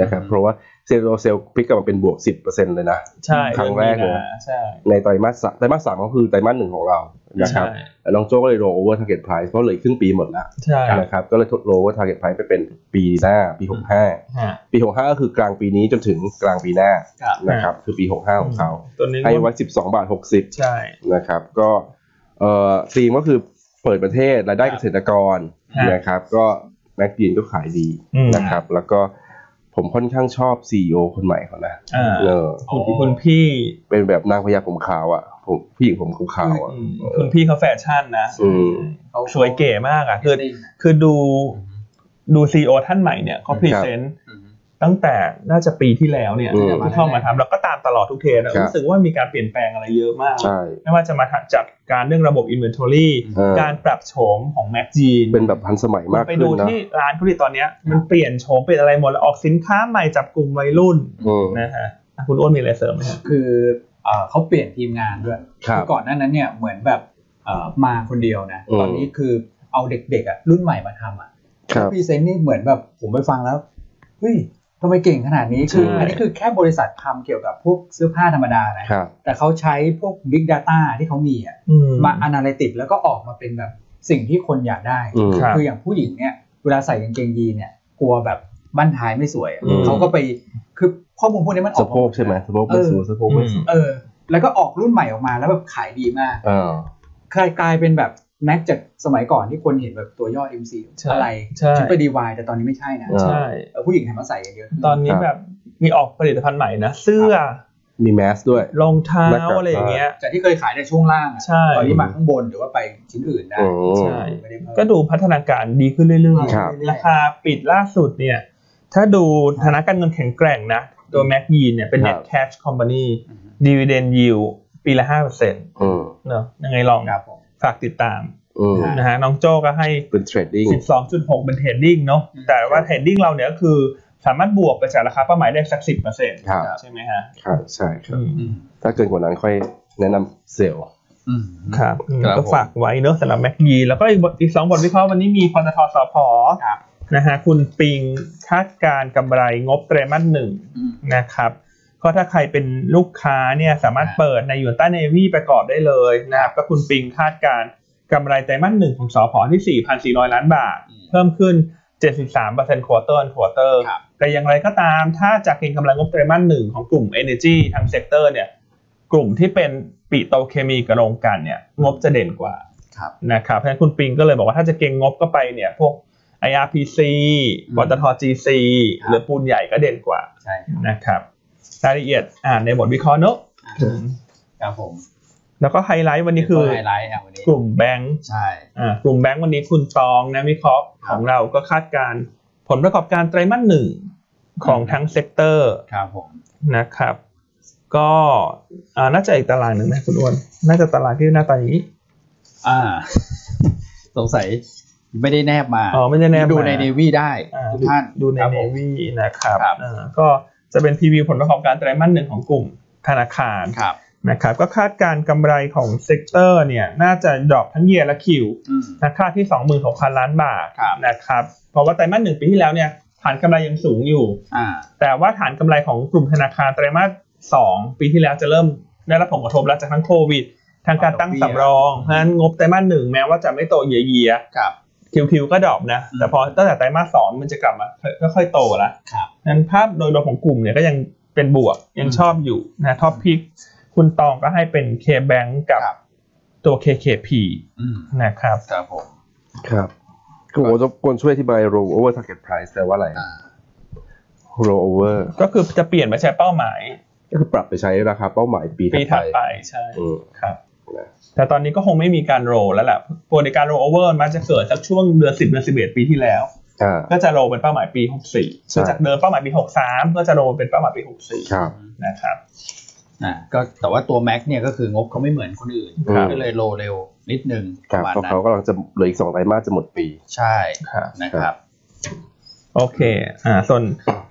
A: นะครับ
B: อืม
A: เพราะว่าเซลล์เซลล์พลิกกลับมาเป็นบวก 10%เลยนะ
C: ใช่
A: ครั้งแรกเลย
C: ใช่
A: ในไตรมาสสามไตรมาสสามก็คือไตรมาสหนึ่งของเรานะครับ
C: ใช่
A: แล้วน้องโจก็เลยโรเวอร์ target price เพราะเหลืออกครึ่งปีหมดแล้ว
C: ใช่
A: นะครับก็เลยทดโรเวอร์ target price ไปเป็นปีหน้าปี
C: ฮะ
A: 65 ปี 65 ก็คือกลางปีนี้จนถึงกลางปีหน้า
B: ครับ
A: นะครับคือปี 65 ของเขา
C: ตัวนี้
A: ให้ไว้
C: ก็
A: 12บาท60
C: ใช่
A: นะครับก็เอ่อธีมก็คือเปิดประเทศรายได้เกษตรกรนะครับก็แม็กกีนก็ขายดี
C: อืม
A: นะครับ แล้วก็ผมค่อนข้างชอบ CEO คนใหม่เขานะ
C: อ่า
A: เออ
C: คุณคุณพี่
A: เป็นแบบนางพญาผมขาวอ่ะผมผู้หญิงผมขาวๆอ่ะ
C: อืมคุณพี่เขาแฟชั่นนะ
A: อืม
B: เขา
C: สวยเก๋มากอ่ะคือคือดูดูซีอท่านใหม่เนี่ยเขาพรีเซนต์
B: อืม
C: ตั้งแต่น่าจะปีที่แล้วเนี่ย
A: อืม
C: ที่เข้ามาทำแล้วก็ตามตลอดทุกเทรนด์อะ
A: ครับ
C: รู้สึกว่ามีการเปลี่ยนแปลงอะไรเยอะมาก
A: ใช่
C: ไม่ว่าจะมาจัดการเรื่องระบบ Inventory
A: เออ
C: การปรับโฉมของแม็กจีน
A: เป็นแบบทันสมัยมาก
C: ไป
A: ขึ้น
C: ดู
A: นะ
C: ที่ร้านผลิตตอนเนี้ยมันเปลี่ยนโฉมเปลี่ยนอะไรหมดแล้วออกสินค้าใหม่จับกลุ่มวัยรุ่น
A: อืม
C: นะฮะอ่ะคุณอ้วนมีอะไรเสริมไหมฮะ
B: คือเอ่อเขาเปลี่ยนทีมงานด้วย
A: ครับ
B: อก่อนหน้านั้นเนี่ยเหมือนแบบเอ่อมาคนเดียวนะ
A: อืม
B: ตอนนี้คือเอาเด็กๆอ่ะรุ่นใหม่มาทำอ่ะ
A: ครับ
B: พรีเซนต์นี่เหมือนแบบผมไปฟังแล้ว เฮ้ยทำไมเก่งขนาดนี้ คือ
A: ใช่
B: อันนี้คือแค่บริษัททำเกี่ยวกับพวกเสื้อผ้าธรรมดานะ
A: ครับ
B: แต่เขาใช้พวก Big Data ที่เขามีอ่ะมา Analytics แล้วก็ออกมาเป็นแบบสิ่งที่คนอยากได้
A: อืม
C: ครับ
B: คืออย่างผู้หญิงเนี่ยเวลาใส่กางเกงยีนเนี่ย กลัวแบบบั้นท้ายไม่สวยอะ
A: อืม
B: เขาก็ไปคือข้อมูลพวกนี้มันออก
A: สะ
B: มา
A: โพกใช่ไหมสะโพกไม่สูงสะโพกไม่สูง
B: เออ แล้วก็ออกรุ่นใหม่ออกมาแล้วแบบขายดีมาก
A: อ่า
B: กลายกลายเป็นแบบแม็กจากสมัยก่อนที่คนเห็นแบบตัวย่อ MC
C: ใช่
B: อะไร
C: ใช่
B: ชุดไปดีวายแต่ตอนนี้ไม่ใช่นะ
A: เออ
C: ใช่
B: เออผู้หญิงหันมาใส่กันเยอะขึ้
C: ตอนนี้
A: ครับ
C: แบบมีออกผลิตภัณฑ์ใหม่นะ เสื้อ
A: มีแมสด้วย
C: รองเท้า
A: หน้ากาก
C: อะไรอย่างเงี้ย
B: จากที่เคยขายในช่วงล่างอะ
C: ใช่
B: ตอนนี้มาข้างบนหรือว่าไปชิ้นอื่นได้
A: อืม
C: ใช่
B: ไม่ได้เพิ่ม
C: ก็ดูพัฒนาการดีขึ้นเรื่อย
A: ครับ
C: ๆ ราคาปิดล่าสุดเนี่ย ถ้าดูฐานะการเงินแข็งแกร่งนะ ตัวแม็กยีนเนี่ยเป็น
A: ครับ
C: net cash company dividend yield ปีละห้าเปอร์เซ็นต์
A: อืม
C: เนอะยังไงลอง
B: ครับผม
C: ฝากติดตาม
A: อืม
C: นะฮะน้องโจ้ก็ให้
A: เป็นเทรดดิ้ง
C: 12.6 เป็นเทรดดิ้งเนาะ
B: อืม
C: แต่ว่าเทรดดิ้งเราเนี่ยก็คือสามารถบวกไปจากราคาเป้าหมายได้สัก 10%
A: ครับ
C: ใช่ไหมฮะ
A: ครับใช่ครับ
C: อืม
B: อืม
A: ถ้าเกินกว่านั้นค่อยแนะนำเซลล์
B: อืม
C: ครับอืม
D: ครับ
C: ก็
D: ผม
C: ฝากไว้เนอะสำหรับแม็กยีนแล้วก็อีกบทอีกสองบทวิเคราะห์วันนี้มีปตทสพ
B: ครับ
C: นะฮะคุณปิงคาดการณ์กำไรงบไตรมาสหนึ่ง
B: อืม
C: นะครับก็ถ้าใครเป็นลูกค้าเนี่ยสามารถ
B: ครับ
C: เปิดในยูนต้าเนวีประกอบได้เลยนะครับก็คุณปิงคาดการณ์กำไรไตรมาสหนึ่งของสอพอที่ 4,400 ล้านบาท เพิ่มขึ้น 73% quarter on quarter
B: ครับ
C: แต่อย่างไรก็ตามถ้าจากเก็งกำไรงบไตรมาสหนึ่งของกลุ่ม Energy ทางเซกเตอร์เนี่ยกลุ่มที่เป็นปิโตรเคมีกับโรงกลันเนี่ยงบจะเด่นกว่า
B: ครับ
C: นะครับเพราะฉะนั้นคุณปิงก็เลยบอกว่าถ้าจะเก็งงบก็ไปเนี่ยพวก IRPC
B: อืม
C: ปตท GC
B: ครับ
C: หรือปูนใหญ่ก็เด่นกว่า
B: ใช่ครับ
C: นะครับ รายละเอียดอ่านในบทวิเคราะห์เนอะ
B: ครับผม
C: แล้วก็ไฮไลท์วันนี้คือ
B: ไฮไลท์อ่ะวันนี้
C: กลุ่มแบงก์
B: ใช่
C: อ่ากลุ่มแบงก์วันนี้คุณตองนะวิเคราะห์ของเราก็คาดการณ์ผลประกอบการไตรมาสหนึ่งของทั้งเซกเตอร์
B: ครับผม
C: นะครับ ก็อ่าน่าจะอีกตารางหนึ่งนะคุณอ้วนน่าจะตารางที่หน้าตาอย่างนี้
B: อ่า สงสัยไม่ได้แนบมา
C: อ๋อไม่ได้แนบมา
B: ดูในเนวีได้
C: อ่า
B: ทุกท่าน
C: ดูใน
B: ครับ
C: เน
B: ผม
C: วีนะครับ
B: ครับ
C: อ่าก็จะเป็นพรีวิวผลประกอบการไตรมาสหนึ่งของกลุ่มธนาคาร
B: ครับ
C: นะครับก็คาดการณ์กำไรของเซกเตอร์เนี่ยน่าจะดรอปทั้งเยียและคิว
B: อืม
C: นะคาดที่ 26,000 ล้านบาท
B: ครับ
C: นะครับเพราะว่าไตรมาสหนึ่งปีที่แล้วเนี่ยฐานกำไรยังสูงอยู่
B: อ่า
C: แต่ว่าฐานกำไรของกลุ่มธนาคารไตรมาสสองปีที่แล้วจะเริ่มได้รับผลกระทบแล้วจากทั้งโควิดทางการตั้งสำรองเพราะฉะนั้นงบไตรมาสหนึ่งแม้ว่าจะไม่โตเหยียๆ
B: ครับ
C: คิวคิวก็ดรอปนะ
B: อืม
C: แต่พอตั้งแต่ไตรมาสสองมันจะกลับมาค่อยๆโตละ
B: ครับ
C: นั้นภาพโดยรวมของกลุ่มเนี่ยก็ยังเป็นบวกยังชอบอยู่นะท็อปพิกคุณตองก็ให้เป็น K-Bank กับ
B: ครับ
C: ตัว KKP
B: อืม
C: นะครับ
B: ครับผม
A: ครับก็ผมรบกวนช่วยอธิบาย rollover target price แปลว่าอะไร
B: อ่า
A: rollover
C: ก็คือจะเปลี่ยนมาใช้เป้าหมาย
A: ก็คือปรับไปใช้ราคาเป้าหมายปีถั
C: ปี
A: ด
C: ถัด
A: ไป
C: ไปใช่
A: อืม
C: ครับ
A: นะ
C: แต่ตอนนี้ก็คงไม่มีการโรแล้วแหละตัวในการโรเวอร์มันจะเกิดจากช่วงเดือน10เดือน11 ปีที่แล้ว
A: อ่า
C: ก็จะโรเป็นเป้าหมายปี 64
A: ใช่
C: ซึ่งจากเดิมเป้าหมายปี 63 ก็จะโรเป็นเป้าหมายปี
A: ครับ
C: 64 นะครับ
B: อ่าก็แต่ว่าตัวแม็กเนี่ยก็คืองบเขาไม่เหมือนคนอื่น
A: ครับ
B: ก็เลยโลเร็วนิดนึง
A: ค
B: ป
A: รับ
B: ระมาณ
A: เพราะ
B: นั้
A: เขา
B: น
A: กำลังจะเหลืออีกสองไตรมาสจะหมดปี
B: ใช่
C: ครับ
B: นะครับ
C: โอเค อ่า ส่วน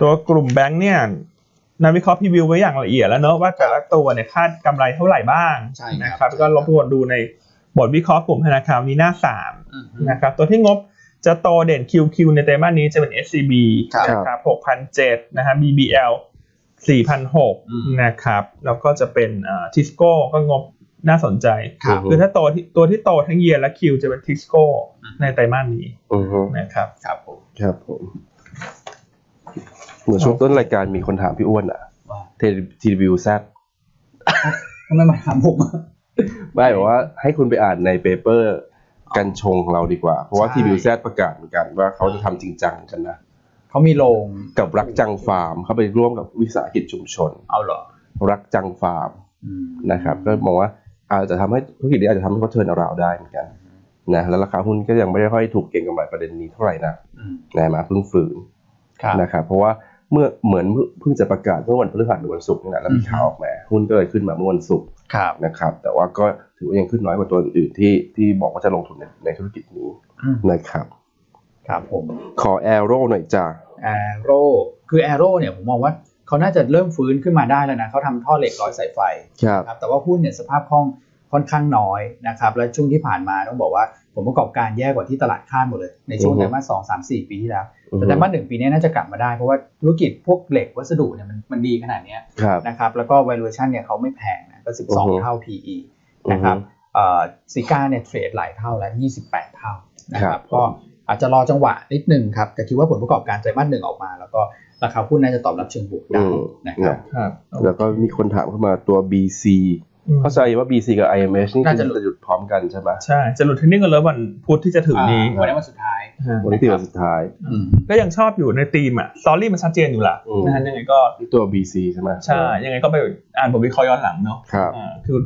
C: ตัวกลุ่มแบงค์เนี่ยนักวิเคราะห์พรีวิวไว้อย่างละเอียดแล้วเนอะว่าแต่ละตัวเนี่ยคาดกำไรเท่าไหร่บ้าง
B: ใช่ครับ
C: นะครับ ก็รบกวนดูในบทวิเคราะห์กลุ่มธนาคารนี้หน้าสาม
B: อืม
C: นะครับ ตัวที่งบจะโตเด่น QQ ในไตรมาสนี้จะเป็น SCB
B: ครับ
C: นะครับ6,007นะฮะ BBL 4,006นะครับ แล้วก็จะเป็นเอ่อทิสโก้ก็งบน่าสนใจ
B: ครับ
A: อืม
C: คือถ้าโตที่ตัวที่โตทั้งเยียและคิวจะเป็นทิสโก้ในไตรมาสนี้
A: อือฮึ
C: นะครับ
B: ครับผม
A: ครับผม เหมือนช่วงต้นรายการมีคนถามพี่อ้วนอะ
B: ว่า
A: ทีวิวแซด
B: ทำไมมาถามผมอะ
A: ไม่บอกว่าให้คุณไปอ่านในเปเปอร์กันชงของเราดีกว่า เพราะว่า
B: ใช่
A: ทีวิวแซดประกาศเหมือนกันว่าเขาจะทำจริงจังกันนะ
B: เขามีโรง
A: กับรักจังฟาร์มเขาไปร่วมกับวิสาหกิจชุมชน
B: เอาเหรอ
A: รักจังฟาร์ม
B: อืม
A: นะครับ ก็มองว่าอาจจะทำให้ธุรกิจนี้อาจจะทำให้เขาเทิร์นเอาราวได้เหมือนกันนะแล้วราคาหุ้นก็ยังไม่ได้ค่อยถูกเก็งกำไรประเด็นนี้เท่าไหร่นะ
B: อืม
A: นะมาเพิ่งฝืน
B: ครับ
A: นะครับเพราะว่าเมื่อเหมือนเพิ่งจะประกาศเมื่อวันพฤหัสหรือวันศุกร์นี่แหละแล้วมี
B: อืม
A: ข่าวออกมาหุ้นก็เลยขึ้นมาเมื่อวันศุกร์
B: ครับ
A: นะครับ แต่ว่าก็ถือว่ายังขึ้นน้อยกว่าตัวอื่นๆที่ที่บอกว่าจะลงทุนในในธุรกิจนี้
B: อืม
A: นะครับ
B: ครับผม
A: ขอแอโร่หน่อยจ้า
B: แอโร่คือแอโร่เนี่ยผมมองว่าเขาน่าจะเริ่มฟื้นขึ้นมาได้แล้วนะเขาทำท่อเหล็กร้อยสายไฟ
A: ครับ
B: นะครับแต่ว่าหุ้นเนี่ยสภาพคล่องค่อนข้างน้อยนะครับและช่วงที่ผ่านมาต้องบอกว่าผลประกอบการแย่กว่าที่ตลาดคาดหมดเลย ในช่วง
A: อือ
B: ไต
A: ฮึ
B: รมาสสองสามสี่ปีที่แล้ว
A: อือ
B: แต่
A: ฮึ
B: ไตรมาสหนึ่งปีเนี้น่าจะกลับมาได้ เพราะว่าธุรกิจพวกเหล็กวัสดุเนี่ยมันมันดีขนาดเนี้ย
A: ครับ
B: นะครับแล้วก็ valuation เนี่ยเขาไม่แพงนะก็สิบสอง
A: อือฮึ
B: เท่า PE นะครับเอ่อซิก้าเนี่ยเทรดหลายเท่าแล้ว 28 เท่านะค
A: ครั
B: รับบ ก็อาจจะรอจังหวะนิดนึงครับ แต่คิดว่าผลประกอบการไตรมาสหนึ่งออกมา แล้วก็ราคาหุ้นน่าจะตอบรับเชิงบวก
A: อื
B: ได้
A: ม
B: นะครับ
C: ครับ
A: แล้วก็มีคนถามเข้ามาตัว BC เข้าใจว่า BC กับ IMH นี่
B: น่าจะ
A: จะ
B: หลุด
A: หยุดพร้อมกันใช่ไหม
C: ใช่จะหลุดเทรนนิ่งกันเลยวันพุธที่จะถึงนี้
B: อ่าวันนี้วันสุดท้าย
A: วันนี้ตีวันสุดท้าย
B: อืม
C: ก็ยังชอบอยู่ในธีมอ่ะสตอรี่มันชัดเจนอยู่ละ
A: อืม
C: นะฮะยังไงก็
A: นี่ตัว BC ใช่ไหม
C: ใช่ยังไงก็ไปอ่านบทวิเคราะห์ย้อนหลังเนาะ
A: ครับ
C: อ่าคือ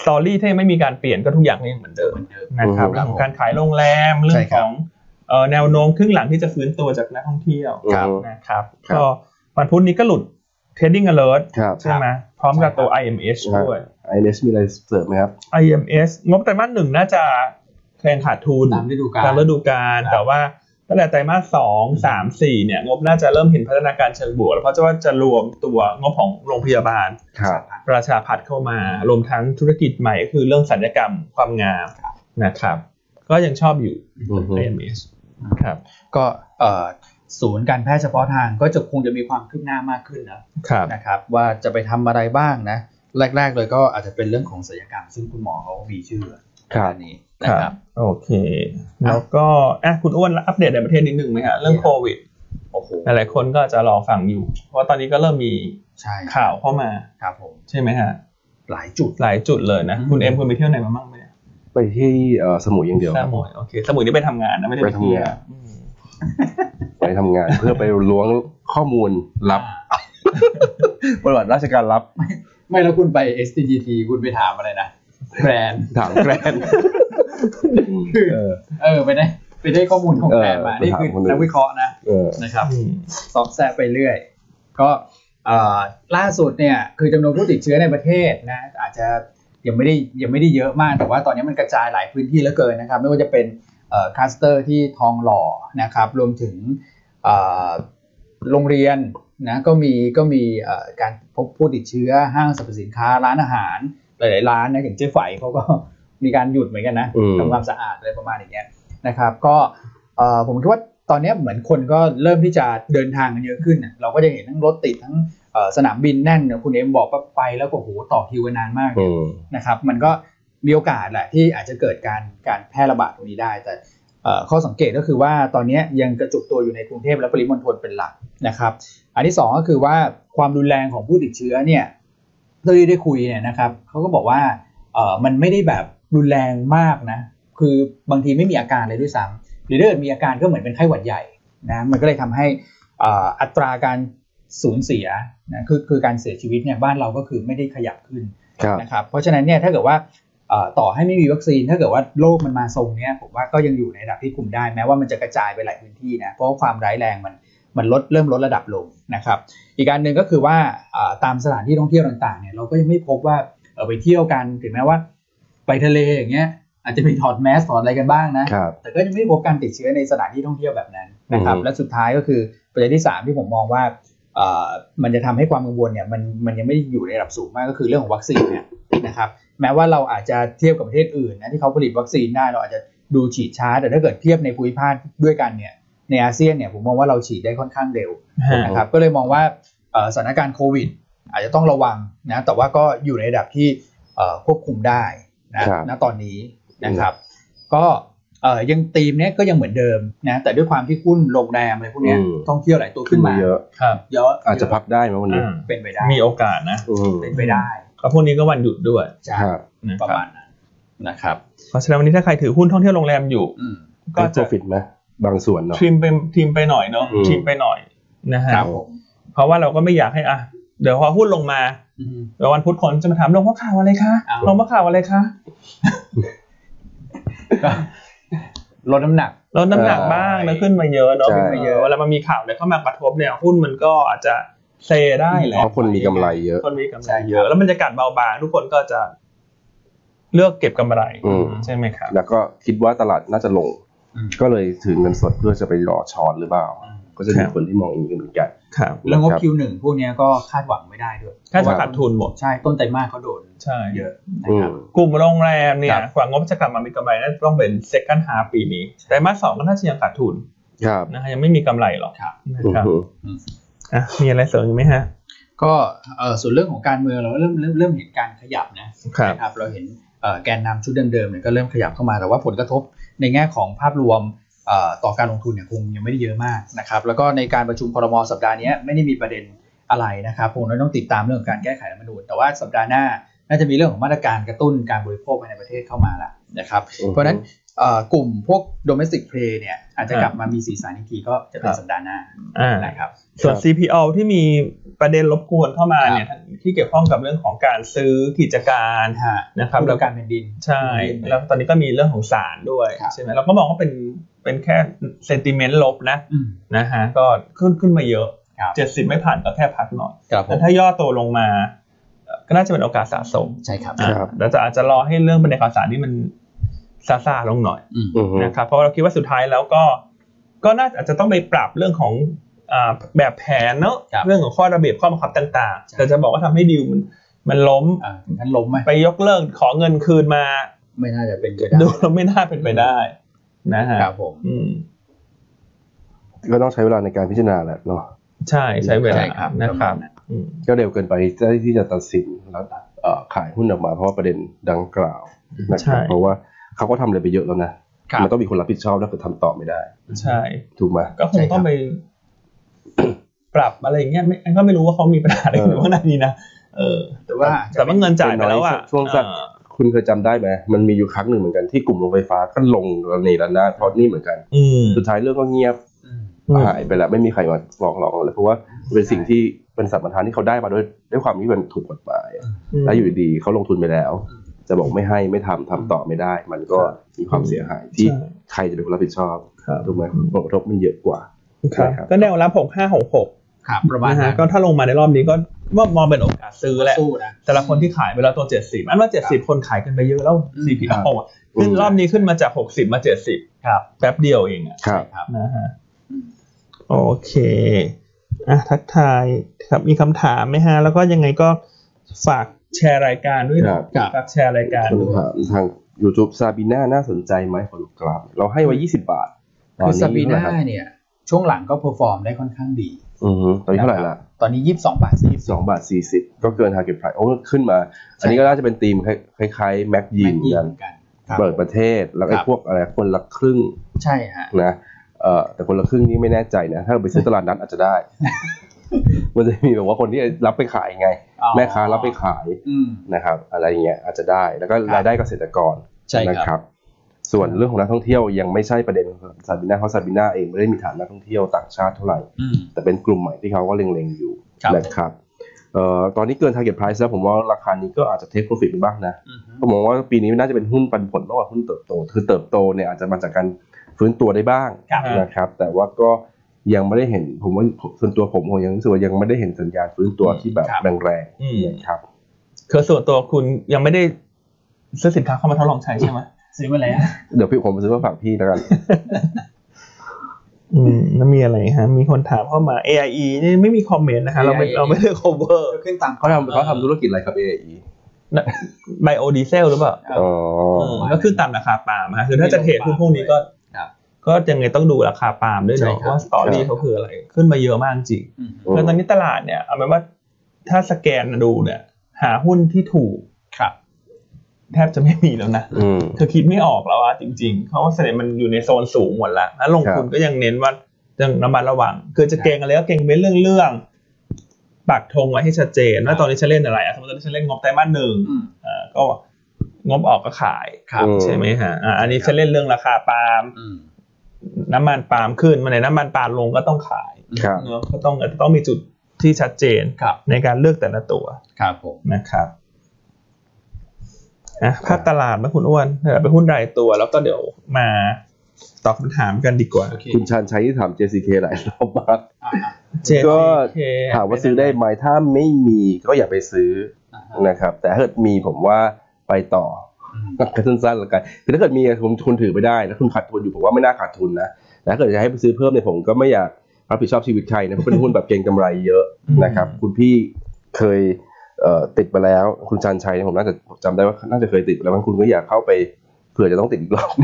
C: สตอรี่ที่ไม่มีการเปลี่ยนก็ทุกอย่างยังเหมือนเดิม
B: เหมือนเดิม
C: นะครับ
A: อืม
C: เรื่องของการขายโรงแรมเรื่
B: ใช่
C: อง
B: ครั
C: ข
B: บ
C: องเอ่อแนวโน้มครึ่งหลังที่จะฟื้นตัวจากนักท่องเที่ยว
B: ครับ
A: อืม
C: นะครับ
A: ครับ
C: ก็วันพุธนี้ก็หลุดเทรดดิ้ง alert
A: ครับ
C: ใช่ไหมพร้อมกับตัว IMH ด้วย
A: IMH มีอะไรเสริมไหมครับ
C: IMS งบไตรมาสหนึ่งน่าจะแข่งขาดทุน
B: ตามฤดูกาล
C: ตามฤดูกาล
B: ครับ
C: แต่ว่าตั้งแต่ไตรมาสสองสามสี่เนี่ยงบน่าจะเริ่มเห็นพัฒนาการเชิงบวกแล้วเพราะว่าจะรวมตัวงบของโรงพยาบาล
A: ครับ
C: ประชาพัฒน์เข้ามา รวมทั้งธุรกิจใหม่ก็คือเรื่องสัญญกรรมความงาม
B: ครับ
C: นะครับ ก็ยังชอบอยู่
A: อือฮึ
C: AMS ครับ
B: ก็เอ่อศูนย์การแพทย์เฉพาะทางก็จะคงจะมีความคืบหน้ามากขึ้นนะครับ นะครับว่าจะไปทำอะไรบ้างนะ แรก ๆ เลยก็อาจจะเป็นเรื่องของศัลยกรรม ซึ่งคุณหมอเขามีชื่อ
A: ครับ
B: ด้านนี้นะครับ
C: โอเค แล้วก็อ่ะคุณอ้วนอัปเดตในประเทศนิดหนึ่งไหมฮะเรื่องโควิด
B: โอ้โห
C: หลายๆคนก็อาจจะรอฟังอยู่ เพราะว่าตอนนี้ก็เริ่มมี
B: ใช่
C: ข่าวเข้ามา
B: ครับผม
C: ใช่ไหมฮะ
B: หลายจุด
C: หลายจุดเลยนะคุณเอ็มคุณไปเที่ยวไหนมาบ้างไหมเนี่ย
A: ไปที่เอ่อสมุยอย่างเดียว
C: สมุยโอเคสมุยนี่ไปทำงานนะไม่ได้ไปเที่ยว
A: ไปทำงาน ไปทำงานเพื่อไปล้วงข้อมูลลับ ปฏิบัติราชการรับ
B: ไม่แล้วคุณไป STGT คุณไปถามอะไรนะแบรนด์
A: ถามแกรน
B: คือ
A: เออ
B: เออไปได้ไปได้ข้อมูลของแบรนด์มา
A: เออ
B: นี่คือ
A: ไปถามคนอื่น
B: นักวิเคราะห์นะ
A: เออ
B: นะครับ ซอกแซกไปเรื่อย ก็เอ่อล่าสุดเนี่ยคือจำนวนผู้ติดเชื้อในประเทศนะอาจจะยังไม่ได้ยังไม่ได้เยอะมาก แต่ว่าตอนนี้มันกระจายหลายพื้นที่เหลือเกินนะครับ ไม่ว่าจะเป็นเอ่อคลัสเตอร์ที่ทองหล่อนะครับ รวมถึงเอ่อโรงเรียนนะก็มีก็มีเอ่อการพบผู้ติดเชื้อห้างสรรพสินค้าร้านอาหาร หลายๆร้านนะอย่างเจ๊ไฝเขาก็ มีการหยุดเหมือนกันนะ
A: อืม
B: ทำความสะอาดอะไรประมาณอย่างเงี้ยนะครับ ก็ เอ่อผมคิดว่าตอนเนี้ยเหมือนคนก็เริ่มที่จะเดินทางกันเยอะขึ้นน่ะเราก็จะเห็นทั้งรถติดทั้งเอ่อสนามบินแน่นเนี่ยคุณเอ็มบอกว่าไปแล้วก็โอ้โหต่อคิวกันนานมาก
A: อืม
B: นะครับ มันก็มีโอกาสแหละที่อาจจะเกิดการการแพร่ระบาดตรงนี้ได้ แต่เอ่อข้อสังเกตก็คือว่าตอนเนี้ยยังกระจุกตัวอยู่ในกรุงเทพและปริมณฑลเป็นหลักนะครับ อันที่สองก็คือว่าความรุนแรงของผู้ติดเชื้อเนี่ยเราที่ได้คุยเนี่ยนะครับเขาก็บอกว่าเออมันไม่ได้แบบรุนแรงมากนะ คือบางทีไม่มีอาการเลยด้วยซ้ำหรือถ้าเกิดมีอาการก็เหมือนเป็นไข้หวัดใหญ่นะมันก็เลยทำให้เอ่ออัตราการสูญเสียนะคือคือการเสียชีวิตเนี่ยบ้านเราก็คือไม่ได้ขยับขึ้น
A: ครับ
B: นะครับเพราะฉะนั้นเนี่ยถ้าเกิดว่าเอ่อต่อให้ไม่มีวัคซีน ถ้าเกิดว่าโรคมันมาทรงเนี่ยผมว่าก็ยังอยู่ในระดับที่คุมได้แม้ว่ามันจะกระจายไปหลายพื้นที่นะเพราะว่าความร้ายแรงมัน มันลดเริ่มลดระดับลงนะครับ อีกการหนึ่งก็คือว่าเอ่อตามสถานที่ท่องเที่ยวต่างๆเนี่ยเราก็ยังไม่พบว่าเอ่อไปเที่ยวกันถึงแม้ว่า ไปทะเลอย่างเงี้ยอาจจะมีถอดแมสถอดอะไรกันบ้างนะ
A: ครับ
B: แต่ก็ยังไม่พบการติดเชื้อในสถานที่ท่องเที่ยวแบบนั้นนะครับ
A: อืม
B: และสุดท้ายก็คือประเด็นที่ 3 ที่ผมมองว่าเอ่อมันจะทำให้ความกังวลเนี่ยมันมันยังไม่ได้อยู่ในระดับสูงมากก็คือเรื่องของวัคซีนเนี่ยนะครับแม้ว่าเราอาจจะเทียบกับประเทศอื่นนะที่เขาผลิตวัคซีนได้เราอาจจะดูฉีดช้า แต่ถ้าเกิดเทียบในภูมิภาคด้วยกันเนี่ยในอาเซียนเนี่ยผมมองว่าเราฉีดได้ค่อนข้างเร็ว นะครับก็เลยมองว่าเอ่อสถานการณ์โควิด อาจจะต้องระวังนะแต่ว่าก็อยู่ในระดับที่เอ่อควบคุมได้นะครับ ณตอนนี้นะครับ ก็เอ่อยังธีมเนี้ยก็ยังเหมือนเดิมนะแต่ด้วยความที่หุ้นโรงแรมอะไรพวกเนี้ยท่องเที่ยวหลายตัว
A: ขึ้
B: ขึ้
A: น
B: น
A: มา
B: มา
A: เยอะ
C: ครับ
B: เยอะ
A: อาจจะพักได้ไหมวันนี้
C: อ่า
B: เป็นไปได้
C: มีโอกาสนะ
A: อืม
B: เป็นไปได้
C: ก็พวกนี้ก็วันหยุดด้วย
B: จะ
A: ครับ
C: นะ
B: ป
C: ครั
B: ระ
C: บ
B: มาณนั้นนะครับ
C: เพราะฉะนั้นวันนี้ถ้าใครถือหุ้นท่องเที่ยวโรงแรมอยู่
B: อืม
C: ก็
A: ก็
C: จะ
A: จะฟิตไหมบางส่วนเนาะ
C: ทริมไปทริมไปหน่อยเนาะ
A: อืม
C: ทริมไปหน่อยนะฮะ
B: ครับผม
C: เพราะว่าเราก็ไม่อยากให้อ่ะเดี๋ยวพอหุ้นลงมา
B: อืม
C: เดี๋ยววันพุธคนจะมาถามลงว่าข่าวอะไรคะ
B: อ้าว
C: ลงว่าข่าวอะไรคะ
B: ก็ ลดน้ำหนัก
C: ลดน้ำหนักบ้างนะขึ้นมาเยอะเนาะ
A: ใช่
C: ขึ้นมาเยอะเวลามันมีข่าวอะไรเข้ามากระทบเนี่ยหุ้นมันก็อาจจะเซได้แหละ
A: เพราะคนมีกำไรเยอะ
C: คนมีกำ
B: ใช่
C: ไร
B: ครับ
C: เยอะ แล้วบรรยากาศเบาบางทุกคนก็จะเลือกเก็บกำไร
A: อืม
C: ใช่ไหมครับ
A: แล้วก็คิดว่าตลาดน่าจะลง
B: อืม
A: ก็เลยถือเงินสดเพื่อจะไปรอช้อนหรือเปล่า ก็จะมีคนที่มองอย่างนี้เหมือนกัน
C: ครับ
B: แล้วงบ
A: นะครับ
B: Q1 พวกเนี้ยก็คาดหวังไม่ได้ด้วย
C: ถ้าจะขาดทุนหมด
B: ใช่ต้นไตรมาสเขาโดน
C: ใช่
B: เยอะนะ
A: อื
B: ครั
A: ม
B: บ
C: กลุ่มโรงแรมเนี่
B: ค
C: ย
B: รับ
C: กว่างบจะกลับมามีกำไรน่าจะต้องเป็น second half ปีนี้แต่มาสสองก็น่าจะยังขาดทุน
A: ครับ
C: นะฮะยังไม่มีกำไรหรอก
B: ครับ
C: นะครับ
A: อืม
C: อ่ะมีอะไรเสริมอีกไหมฮะ
B: ก็เอ่อส่วนเรื่องของการเมืองเราก็เริ่มเริ่มเริ่มเห็นการขยับนะครับ นะครับเราเห็นเอ่อแกนนำชุดเดิมๆเนี่ยก็เริ่มขยับเข้ามาแต่ว่าผลกระทบในแง่ของภาพรวมเอ่อต่อการลงทุนเนี่ยคงยังไม่ได้เยอะมากนะครับแล้วก็ในการประชุมครมสัปดาห์เนี้ยไม่ได้มีประเด็นอะไรนะครับคงต้องติดตามเรื่องของการแก้ไขรัฐธรรมนูญแต่ว่าสัปดาห์หน้าน่าจะมีเรื่องของมาตรการกระตุ้นการบริโภคภายในประเทศเข้ามาละนะครับ
A: อือฮึ
B: เพราะฉะนั้นเอ่อกลุ่มพวก domestic play เนี่ยอาจจะกลับมามีสีสันอีกทีก็จะเป็
C: คน รับ
B: สัปดาห์หน้า
C: อ่า
B: นะครับ
C: ส่วน
A: ครับ
C: CPO ที่มีประเด็นรบกวนเข้ามาเนี่ยที่เกี่ยวข้องกับเรื่องของการซื้อกิจการ
B: ฮะ
C: นะครับ
B: แล้
C: แล้ว ว
B: การแผ่นดิน
C: ใช่แล้วตอนนี้ก็มีเรื่องของศาลด้วย
B: ครับ
C: ใช่ไหมเราก็มองว่าเป็นเป็นแค่เซนติเมนต์ลบนะ
B: อืม
C: นะฮะก็ขึ้นขึ้นมาเยอะ
B: ครับ
C: 70 ไม่ผ่านก็แค่พักหน่อย
B: ครับผ
C: แต่
B: ม
C: ถ้าย่อตัวลงมาเอ่อก็น่าจะเป็นโอกาสสะสม
B: ใช่ครับ
C: อ่ะ
A: ครับ
C: แล้วจะอาจจะรอให้เรื่องบรรยากาศศาลนี่มันซาซาๆลงหน่อย
B: อืม
A: อืม
C: นะครับเพราะเราคิดว่าสุดท้ายแล้วก็ก็น่าอาจจะต้องไปปรับเรื่องของอาแบบแผนเนอะ
B: ครับ
C: เรื่องของข้อระเบียบข้อบังคับต่าง
B: ใช่
C: ๆ แต่จะบอกว่าทำให้ดีลมันมันล้ม
B: อ่าถึงขั้นล้มไหม
C: ไปยกเลิกขอเงินคืนมา
B: ไม่น่าจะเป็นไปได้
C: ดูแล้วไม่น่าเป็นไปได้นะฮะ
B: ครับผม
C: อืม
A: ก็ต้องใช้เวลาในการพิจารณาแหละเนาะ
C: ใช่ใช้เว
B: ใช่
C: ลา
B: ครับ
C: นะครับ
B: ครับ
C: อืม
A: ก็เร็วเกินไปที่ที่จะตัดสินแล้วเอ่อขายหุ้นออกมาเพราะว่าประเด็นดังกล่าวนะครับเพราะว่าเขาก็ทำอะไรไปเยอะแล้วนะมัต้องมีคนรับผิดชอบแล้วก็ทำต่อไม่ได้
C: ใช่
A: ถูกไหม
C: ก็คงต้องไป ปรับอะไรอย่างเงี้ยไม่อันก็ไม่รู้ว่าเขามีปัญหาอะไร
A: เออ
C: หรือว่านั่นนี่นะเออ
B: แต่ว่า
C: แต่ว่าเงินจ่ายไปแล้วอะ
A: ช่วงสัก
C: เออ
A: คุณเคยจำได้ไหมมันมีอยู่ครั้งหนึ่งเหมือนกันที่กลุ่มโรงไฟฟ้าก็ลงระเนระนาดเพราะนี่เหมือนกัน
C: อืม
A: สุดท้ายเรื่องก็เงียบ
B: อืม
C: อืม
A: หายไปแล้วไม่มีใครมาลองลองเลยเพราะว่าเป็นสิ่งที่เป็นสัมปทานที่เขาได้มาด้วยด้วยความที่มันถูกกฎหมายอะแล้วอยู่ดีๆเขาลงทุนไปแล้ว จะบอกไม่ให้ไม่ทำทำต่อไม่ได้ มันก็มีความเสียหายที่
C: ใช่
A: ใครจะเป็นคนรับผิดชอบ
C: ครับ
A: ถูกไหมผลกระทบมันเยอะกว่า
C: ครับ
A: ครับ
C: ก็แนวรับหกห้าหกหก
B: ครับประมาณ
C: นะฮะ
B: นั้น
C: ก็ถ้าลงมาในรอบนี้ก็ว่ามองเป็นโอกาสซื้อแหละ
B: สู้นะ
C: แต่ละคนที่ขายไปแล้วตัว 70 อันว่า 70 คนขายกันไปเยอะแล้ว
B: อืม
C: CP
A: ครับ
C: โอ้ขึ้น
A: อืม
C: รอบนี้ขึ้นมาจาก 60 มา 70 ครับ แป๊บเดียวเองอะ
A: ครับ
C: นะฮะ โอเค อ่ะ ทักทายครับมีคำถามไหมฮะ แล้วก็ยังไงก็ฝากแชร์รายการด้วยนะครับ
B: ครับ
C: ฝากแชร์รายการด้วย
A: คำถามทาง YouTube ซาบีน่าน่าสนใจไหมขอรูปกราฟเราให้ไว้ 20 บาท
B: คือซาบี
A: เท่ไหร่
B: น่า
A: ครับ
B: เนี่ย ช่วงหลังก็เพอร์ฟอร์มได้ค่อนข้างดี
A: อือฮึตอนนี้เท่าไหร่ละ
B: นคบตอนนี้ยี่สิบสองบาทสี่สิบ
A: 2บาท 40 ก็เกิน target price โอ้ขึ้นมา อันนี้ก็น่าจะเป็นธีมคล้ายคล้ายแม็กยิงกัน
B: เหมือนกันครับ
A: เปิดประเทศ แล้วไอ้
B: ครับ
A: พวกอะไรคนละครึ่ง
B: ใช่ฮะ
A: นะเอ่อแต่คนละครึ่งนี้ไม่แน่ใจนะ ถ้าเราไปซื้อตลาดนัดอาจจะ ได้ มันจะมีแบบว่าคนที่รับไปขายไง
B: อ๋อ
A: แม่ค้ารับไปขาย
B: อืม
A: นะครับอะไรอย่างเงี้ยอาจจะได้แล้วก็
B: ครับ
A: รายได้เกษตรกร
B: ใช่
A: นะ
B: ค
A: ครับ รับ ส่วนเรื่องของนักท่องเที่ยวยังไม่ใช่ประเด็นของซาบิน่าเพราะซาบิน่าเองไม่ได้มีฐานนักท่องเที่ยวต่างชาติเท่าไหร่
B: อืม
A: แต่เป็นกลุ่มใหม่ที่เขาก็เล็งๆอยู่
B: ครับ
A: นะครับเอ่อตอนนี้เกิน target price แล้วผมว่าราคานี้ก็อาจจะ take profit ไปบ้างนะ
B: อืมฮึ
A: ผมมองว่าปีนี้น่าจะเป็นหุ้นปันผลมากกว่าหุ้นเติบโต คือเติบโตเนี่ยอาจจะมาจากการฟื้นตัวได้บ้าง
C: ครับ
A: นะครับ แต่ว่าก็ยังไม่ได้เห็นผมว่าส่วนตัวผมผมยังรู้สึกว่ายังไม่ได้เห็นสัญญาณฟื้นตัวที่แบบแรง
C: อืม
A: ๆนะครับ
C: คือส่วนตัวคุณยังไม่ได้ซื้อสินค้าเข้ามาทดลองใช้ใช่ไหม
B: ซื้อมาแล้ว
A: เดี๋ยวพี่ผมซื้อมาฝากพี่แล้วกัน
C: อืมแล้วมีอะไรฮะ มีคนถามเข้ามา AIE นี่ไม่มีคอมเมนต์นะฮะ เราไม่
B: AIE
C: เราไม่ได้ cover
B: ก็ขึ้นตาม
A: เขาทำเขาทำธุรกิจอะไรครับ AIE
C: ไบโอดีเซลหรือเปล่า
B: เออ
A: อ๋อ
C: เออก็ขึ้นตามราคาปาล์มฮะคือถ้าจะเทรดหุ้นพวกนี้ก็
B: ครับ
C: ก็ยังไงต้องดูราคาปาล์มด้วย
B: ใช่
C: เนาะ
B: ครับ
C: ว่าสตอรี่
A: ครับ
C: เขาคืออะไร ขึ้นมาเยอะมากจริง
B: อืม
A: อืม
C: คือตอนนี้ตลาดเนี่ยเอาเป็นว่าถ้าสแกนดูเนี่ย หาหุ้นที่ถูก
B: ครับ
C: แทบจะไม่มีแล้วนะ
A: อืม
C: คือคิดไม่ออกแล้วอะจริง ๆ เพราะว่าเสน่ห์มันอยู่ในโซนสูงหมดละแล้วลงทุนก็ยังเน้นว่ายังระมัดระวัง คือจะเก่งอะไรก็เก่งเป็นเรื่องๆปักธงไว้ให้ชัดเจนว่าตอนนี้ฉันเล่นอะไรอะสมมติตอนนี้ฉันเล่นงบไตรมาสหนึ่ง
B: อืม
C: อ่าก็งบออกก็ขาย
B: ครับ
A: อืม
C: ใช่ไหมฮะอ่ะอันนี้จะเล่นเรื่องราคาปาล์ม
B: อืม
C: น้ำมันปาล์มขึ้นมาในน้ำมันปาล์มลงก็ต้องขาย
A: ครับ
C: เนอะก็ต้องอาจจะต้องมีจุดที่ชัดเจน
B: ครับ
C: ในการเลือกแต่ละตัว
B: ครับผม
C: นะครับอ่ะภาพตลาดไหมคุณอ้วนเดี๋ยวไปหุ้นรายตัว แล้วก็เดี๋ยวมาตอบคำถามกันดีกว่า
B: โอเค
A: คุณชานชัยที่ถาม JCK หลายรอบมาก
B: อ่า
C: JCK
A: ก็ ถามว่าซื้อได้ไหมถ้าไม่มีก็อย่าไปซื้อ
B: อ่า
A: นะครับ แต่ถ้าเกิดมีผมว่าไปต่อ
B: อืม
A: ก็สั้นๆแล้วกันคือถ้าเกิดมีคุณคุณถือไปได้ แล้วคุณขาดทุนอยู่ผมว่าไม่น่าขาดทุนนะแต่ถ้าเกิดจะให้ไปซื้อเพิ่มเนี่ยผมก็ไม่อยากรับผิดชอบชีวิตใครนะเพราะเป็นหุ้นแบบเก็งกำไรเยอะนะครับ คุณพี่เคยเอ่อติดมาแล้ว คุณชานชัยเนี่ยผมน่าจะจำได้ว่าน่าจะเคยติดมาแล้วบางคุณก็อยากเข้าไปเผื่อจะต้องติดอีกรอบ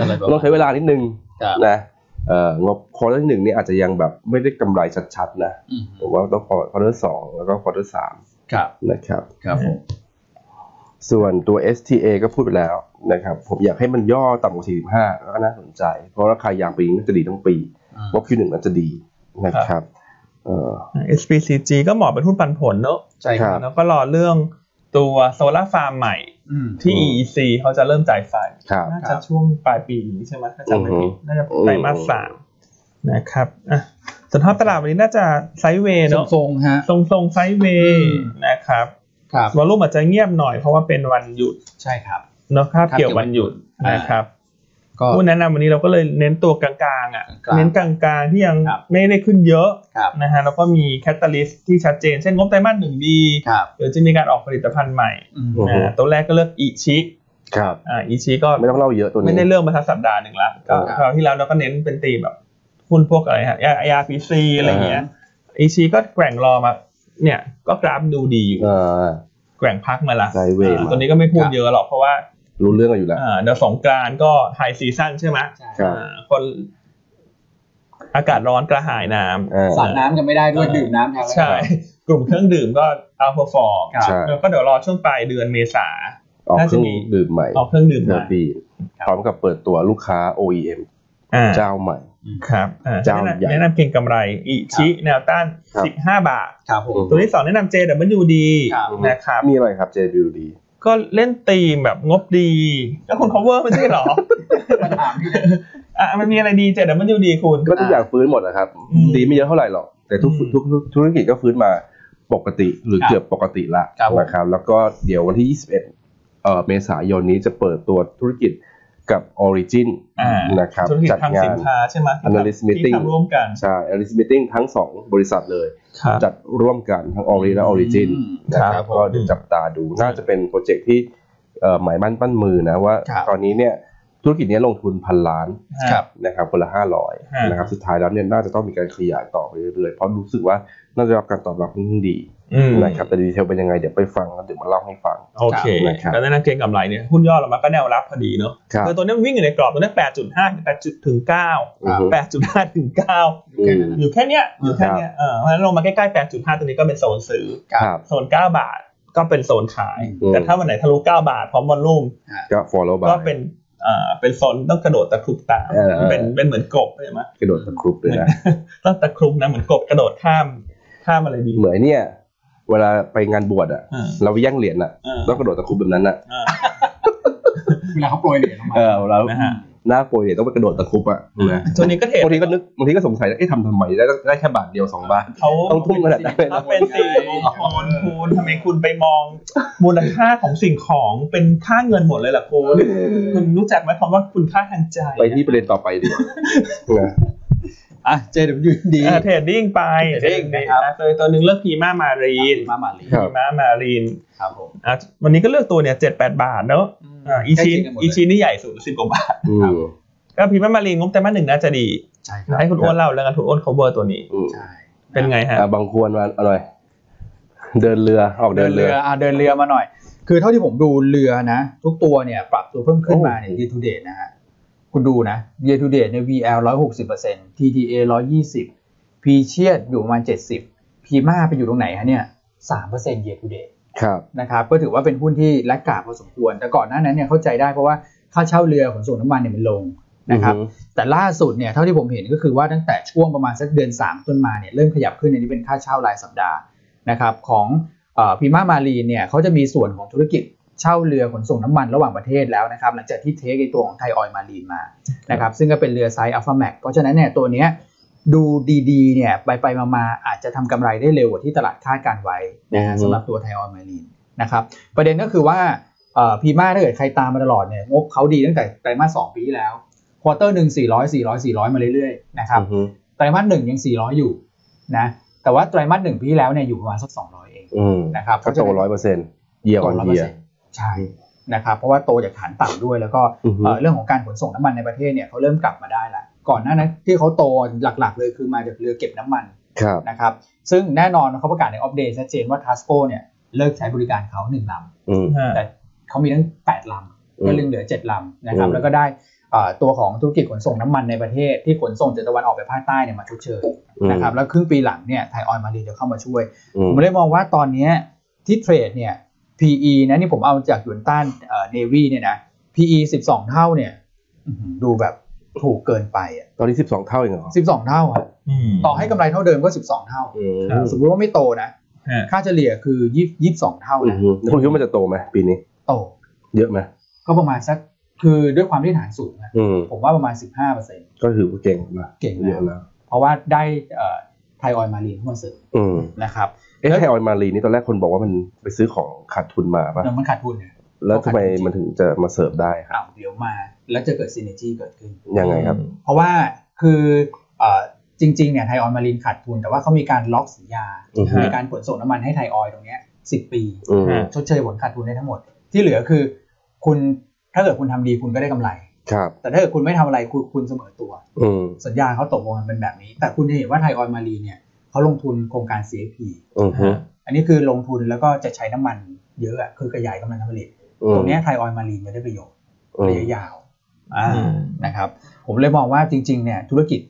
B: อะไรแบบ
A: ต้องใช้เวลานิดนึง
B: ครับ
A: นะเอ่องบควอเตอร์หนึ่งนี่อาจจะยังแบบไม่ได้กำไรชัดๆนะ
B: อืม
A: ผมว่าต้องควอเตอร์สองแล้วก็ควอเตอร์สาม
B: ครับ
A: นะครับ
B: ครับผม
A: ส่วนตัว STA ก็พูดไปแล้วนะครับ ผมอยากให้มันย่อต่ำกว่า 45 แล้วก็น่าสนใจ เพราะราคายางปีนี้น่าจะดีทั้งปี
B: อืม
A: งบ Q1 น่าจะดีนะครับเอ่อ
C: อ่ะ SPCG ก็เหมาะเป็นหุ้นปันผลเนอะ
B: ใช่ค
A: ครั
B: รับบ
C: แล้วก็รอเรื่องตัวโซลาร์ฟาร์มใหม่
B: อืม
C: ที่
A: อืม
C: EEC เขาจะเริ่มจ่ายไฟ
A: ครับ
C: น่า
B: ครั
C: จะ
B: บ
C: ช่วงปลายปีนี้ใช่ไหมถ้าจำไม่ผิด
A: อือฮึ
C: น่าจะไตรมาสสามนะครับอ่ะสภาพตลาดวันนี้น่าจะไซด์เวย์เนาะ
B: ทรงๆฮะ
C: ทรงทรงๆไซด์เวย์
B: อืม
C: นะครับ
B: ครับ
C: วอลลุ่มอาจจะเงียบหน่อยเพราะว่าเป็นวันหยุด
B: ใช่ครับ
C: เนาะคาบ
B: คาบเกี่
C: เกี่ย
B: ยว
C: ววันหยุด
B: อ่าน
C: นะครับ
B: ก็
C: ผู้แนะนำวันนี้เราก็เลยเน้นตัวกลางๆอ่ะ
B: กลางๆ
C: เน้นกลางๆที่ยัง
B: ครับ
C: ไม่ได้ขึ้นเยอะ
B: ครับ
C: นะฮะแล้วก็มีแคตตาลิสที่ชัดเจน เช่นงบไตรมาสหนึ่งดี
B: ครับ
C: เดี๋ยวจะมีการออกผลิตภัณฑ์ใหม่
B: อืม
A: โอ้โห
C: อ่าตัวแรกก็เลือกอิชิ
A: ครับ
C: อ่าอิชิก็
A: ไม่ต้องเล่าเยอะตัวนี้
C: ไม่ได้เรื่องมาทั้งสัปดาห์หนึ่งละ
A: ครับ
C: คราวที่แล้วเราก็เน้นเป็นตีมแบบหุ้นพวกอะไรฮะยายาพีซีอะไรเงี้ยอีชีก็แกว่งรอมา เนี่ย ก็กราฟดูดีอยู่
A: เอ่อ
C: แกว่งพักมาละ
A: ไซด์เวย์มา
C: อ่าตัวนี้ก็ไม่พูดเยอะหรอกเพราะว่า
A: รู้เรื่องกันอยู่แล้ว
C: อ่าเดี๋ยวสงกรานต์ก็ไฮซีซั่นใช่ไหม
B: ใช่
A: ครับ
C: อ่าคนอากาศร้อนกระหายน้
A: เออ
B: สาดน้ำกันไม่ได้ด้วยดื่มน้ำแทน
C: ำ
B: แล้ว
C: ใช่ กลุ่มเครื่องดื่มก็เอาพอฟอร์ม
A: ใช่
C: แล้วก็เดี๋ยวรอช่วงปลายเดือนเมษา
A: ออก
C: น่า
A: เค
C: จะ
A: รื่อง
C: มี
A: ดื่มใหม่
C: เอาเครื่องดื่ม
A: เดือน
C: มา
A: ปีพร้อมกับเปิดตัวลูกค้า OEM
C: อ่า
A: เจ้าใหม่
C: ครับอ่
A: เจ้า
C: แนะนำ
A: ใหญ่
C: แนะนำเก็งกำไร อิชิแนวต้าน
A: ครับ
C: 15 บาท
B: ครับผม
A: อืม
C: ตัวที่สองแนะนำ JWD
B: ครับ
C: นะครับ
A: มีอะไรครับ JWD
C: ก็เล่นตีมแบบงบดีก็คุณ cover ไม่ใช่เหรอ
B: มาถามพี่
C: อ่ะมันมีอะไรดีเจ็ดมันอยู่ดีคุณ
A: ก็ทุกอย่างฟื้นหมดนะครับ
C: อืม
A: ดีไม่เยอะเท่าไหร่หรอก แต่ทุก
C: อืม
A: ทุกทุกธุรกิจก็ฟื้นมาปกติหรือ
B: ครับ
A: เกือบปกติละ
B: ครับผม
A: นะครับ แล้วก็เดี๋ยววันที่ 21 เอ่อเมษายนนี้จะเปิดตัวธุรกิจกับ Origin
C: อ่า
A: นะครับ
C: ธุรกิจ
A: จัด
C: ทำ
A: งา
C: สิ
A: น
C: นค้าใช่ไหมที่
A: Analyst
C: ทำ
A: Meeting
C: ที่ทำร่วมกัน
A: ใช่ Alice Meeting ทั้ง 2 บริษัทเลย
C: ครับ
A: จัดร่วมกันทั้งออริและออริจิน
B: อืม
A: นะค
B: ครั
A: รั
B: บบ ผม
A: ก็เดี๋ยวจับตาดูน่าจะเป็นโปรเจกต์ที่เอ่อหมายมั่นปั้นมือนะว่า
B: ครับ
A: ตอนนี้เนี่ยธุรกิจเนี้ยลงทุนพันล้าน
B: ครับ
A: นะครับคนละห้าร้อย
C: ฮะ
A: นะครับสุดท้ายแล้วเนี่ยน่าจะต้องมีการขยายต่อไปเรื่อยๆเพราะรู้สึกว่าน่าจะรับการตอบรับค่อนข้างดี
C: อืม
A: นะครับแต่ดีเทลเป็นยังไงเดี๋ยวไปฟังแล้วเดี๋ยวมาเล่าให้ฟัง
C: โอเค
A: ครับ
C: แล้วนั่นเก็งกำไรเนี่ยหุ้นย่อลงมาก็แนวรับพอดีเนาะ
A: ครับ
C: คือตัวนี้มันวิ่งอยู่ในกรอบตัวนี้แปดจุดห้าแปดจุดถึงเก้า
A: อือฮึ
C: แปดจุดห้าถึงเก้า
A: อืม
C: อยู่แค่เนี้ยอยู่แค่เนี้ยเออเพราะฉะนั้นลงมาใกล้ๆแปดจุดห้าตัวนี้ก็เป็นโซนซื้อ
A: ครับ
C: โซนเก้าบาทก็เป็นโซนขาย
A: อืม
C: แต่ถ้าวันไหนทะลุเก้าบาทพร้อมวอลลุ่ม
A: ก็ follow by
C: ก็เป็นเอ่อเป็นโซนต้องกระโดดตะครุบตาม
A: เออ
C: เป็นเป็นเหมือนกบใช่ไหม
A: กระโดดตะครุบเลยนะ
C: ต้องตะครุบนะเหมือนกบกระโดดข้ามข้ามอะไรดี
A: เหมือนเนี่ยเวลาไปงานบวชอะ
C: เออ
A: เราไปแย่งเหรียญอะ
C: เออ
A: ต้องกระโดดตะครุบแบบนั้นอะ
C: เออ
B: เวลาเขาโปรยเหรียญลงมา
A: เออเรา
C: นะฮะ
A: หน้าโปรยเนี่ยต้องไปกระโดดตะครุบอะนะ
C: ช่วงนี้ก็เทรด
A: บางทีก็นึกบางทีก็สงสัยนะเอ๊ะทำทำไมได้ได้แค่บาทเดียวสองบาท
C: เขา
A: ต้องทุ่มขนาดนั้นเลยเหรอ
C: ถ้าเป็นสี่มงคลคุณทำไมคุณไปมองมูลค่าของสิ่งของเป็นค่าเงินหมดเลยล่ะคุณคุณรู้จักไหมคำว่าคุณค่าทางใจ
A: ไปที่ประเด็นต่อไปดีกว่านะ
B: อ่ะ JWD
C: เออเทรดดิ้งไป
B: เทรดดิ้งนะครับ
C: อ่ะตัวตัวหนึ่งเลือกพีมามารีน
B: มาหมาลี
A: ครับ
C: พีมามารีน
B: ครับผม
C: อ่ะวันนี้ก็เลือกตัวเนี่ยเจ็ดแปดบาทเนอะอ่ะอีชินอีชินนี่ใหญ่สุดสิบกว่าบาท
A: อืม
C: ก็พิมพ์มามารีนงบแต่มาหนึ่งน่าจะดี
B: ใช่ครับ
C: ให้คุณอ้วนเล่าแล้วกันคุณอ้วน cover ตัวนี้
A: อืม
B: ใช่
C: เป็นไงฮะ
A: อ่ะบางควรมาเอาหน่อย เดินเรือออก
B: เดิ
A: เดิ
B: น
A: น
B: เรื
A: เรือ อ
B: อ่ะเดินเรือมาหน่อย คือเท่าที่ผมดูเรือนะ ทุกตัวเนี่ยปรับตัวเพิ่มขึ้นมาเนี่ย
A: โอ้
B: year to date นะฮะคุณดูนะ year to date เนี่ย VL 160% TTA 120 p เชียดอยู่ประมาณ 70 p มาไปอยู่ตรงไหนฮะเนี่ย3% year to date
A: ครับ
B: นะครับก็ถือว่าเป็นหุ้นที่แลกกาดพอสมควร แต่ก่อนหน้านั้นเนี่ยเข้าใจได้เพราะว่าค่าเช่าเรือขนส่งน้ำมันเนี่ยมันลงนะครับ
A: อือฮึ
B: แต่ล่าสุดเนี่ยเท่าที่ผมเห็นก็คือว่าตั้งแต่ช่วงประมาณสักเดือน 3 ต้นมาเนี่ยเริ่มขยับขึ้นอันนี้เป็นค่าเช่ารายสัปดาห์นะครับของพิมามารีเนี่ยเขาจะมีส่วนของธุรกิจเช่าเรือขนส่งน้ำมันระหว่างประเทศแล้วนะครับหลังจากที่เทคไอตัวของไทยออยมารีนมานะครับซึ่งก็เป็นเรือไซส์อัลฟาแม็กเพราะฉะนั้นเนี่ยตัวเนี้ยดูดีๆเนี่ยไปๆมาๆอาจจะทำกำไรได้เร็วกว่าที่ตลาดคาดการไว้นะฮะสำหรับตัวไทยออยมารีน นะครับประเด็นก็คือว่าพีมาถ้าเกิดใครตามมาตลอดเนี่ยงบเขาดีตั้งแต่ไตรมาสสองปีที่แล้วควอเตอร์หนึ่งสี่ร้อยสี่ร้อยสี่ร้อยมาเรื่อยๆนะครับ
A: อือฮึ
B: ไตรมาสหนึ่งยังสี่ร้อยอยู่นะแต่ว่าไตรมาสหนึ่งปีที่แล้วเนี่ยอยู่ประมาณสักสองร้อยเอง
A: อืม
B: นะครับ
A: ก็โตร้อยเปอร์เซ็นต์เยียร์ออน
B: โตร้อย
A: เยีร์
B: เปอย ร์เซ็นต์ใช่นะครับเพราะว่าโตจากฐานต่ำด้วยแล้วก็
A: อือฮึ
B: เอ่อเรื่องของการขนส่งน้ำมันในประเทศเนี่ยเขาเริ่มกลับมาได้ละก่อนหน้านั้นที่เขาโตหลักๆ เลยคือมาจากเรือเก็บน้ำมัน
A: ครับ
B: นะครับซึ่งแน่นอนเขาประกาศในอัปเดตชัดเจนว่าทัสโกเนี่ยเลิกใช้บริการเขาหนึ่งลำ
A: อืม
B: แต่เขามีทั้ง 8 ลำ
A: อืม
B: ก็เลือเหลือ 7 ลำนะครับ
A: อืม
B: แล้วก็ได้เอ่อตัวของธุรกิจขนส่งน้ำมันในประเทศที่ขนส่งจากตะวันออกไปภาคใต้เนี่ยมาชดเชยนะครับ แล้วครึ่งปีหลังเนี่ยไทยออยล์มารีนจะเข้ามาช่วย
A: อื
B: ผมมเลยมองว่าตอนเนี้ยที่เทรดเนี่ย PE นะนี่ผมเอาจากหยวนต้านเนวีเนี่ยนะ PE 12 เท่าเนี่ยอื้อหือดูแบบถูกเกินไปอ่ะ
A: ตอนนี้สิบสองเท่าเองเหรอ
B: 12 เท่าอะต่อให้กำไรเท่าเดิมก็ 12 เท่า
A: อืม
C: ครับ
B: สมมติว่าไม่โตนะ
C: ฮะ
B: ค่าเฉลี่ยคือ20 22 เท่า
A: อือ
B: นะ
A: ฮึแล้วคุณคิดว่ามันจะโตไหมปีนี้
B: โต
A: เยอะไหม
B: ก็ประมาณสักคือด้วยความที่ฐานสูงนะ
A: อืม
B: ผมว่าประมาณ 15เปอร์เซ็นต์
A: ก็ถือว่าเก่งนะ
B: เก่งนะ
A: เยอะแล้ว
B: เพราะว่าได้ไทยออยมารีนเข้ามาเสริม
A: อืม
B: นะครับ
A: เอ๊ะไทยออยล์มารีนี่ตอนแรกคนบอกว่ามันไปซื้อของขาดทุนมาป่ะ
B: แล้วมันขาดทุนเนี่ย
A: แล้วทำไมมันถึงจะมาเสิร์ฟได้ครับ
B: อ้าวเดี๋ยวมา แล้วจะเกิดซีเนจีเกิดขึ้น
A: ยังไงครับ
B: เพราะว่าคือเอ่อจริงๆเนี่ยไทยออยมารีนขาดทุน แต่ว่าเขามีการล็อกสัญญา
A: อือฮะ
B: มีการขนส่งน้ำมันให้ไทยออยตรงเนี้ย10 ปี
A: อืม
B: ชดเชยผลขาดทุนได้ทั้งหมด ที่เหลือคือ คุณถ้าเกิดคุณทำดีคุณก็ได้กำไร
A: ครับ
B: แต่ถ้าเกิดคุณไม่ทำอะไรคุณคุณเสมอตัว
A: อืม
B: สัญญาเขาตกลงกันเป็นแบบนี้ แต่คุณจะเห็นว่าไทยออยล์มารีเนี่ยเขาลงทุนโครงการ CFP
A: อืมฮึ
B: อันนี้คือลงทุนแล้วก็จะใช้น้ำมันเยอะอะคือขยายกำลังการผลิต ตรงเนี้ยไทยออยล์มารีจะได้ประโยชน์
A: อืม
B: ระยะยาวอ่านะครับผมเลยมองว่าจริงๆเนี่ยธุรกิจ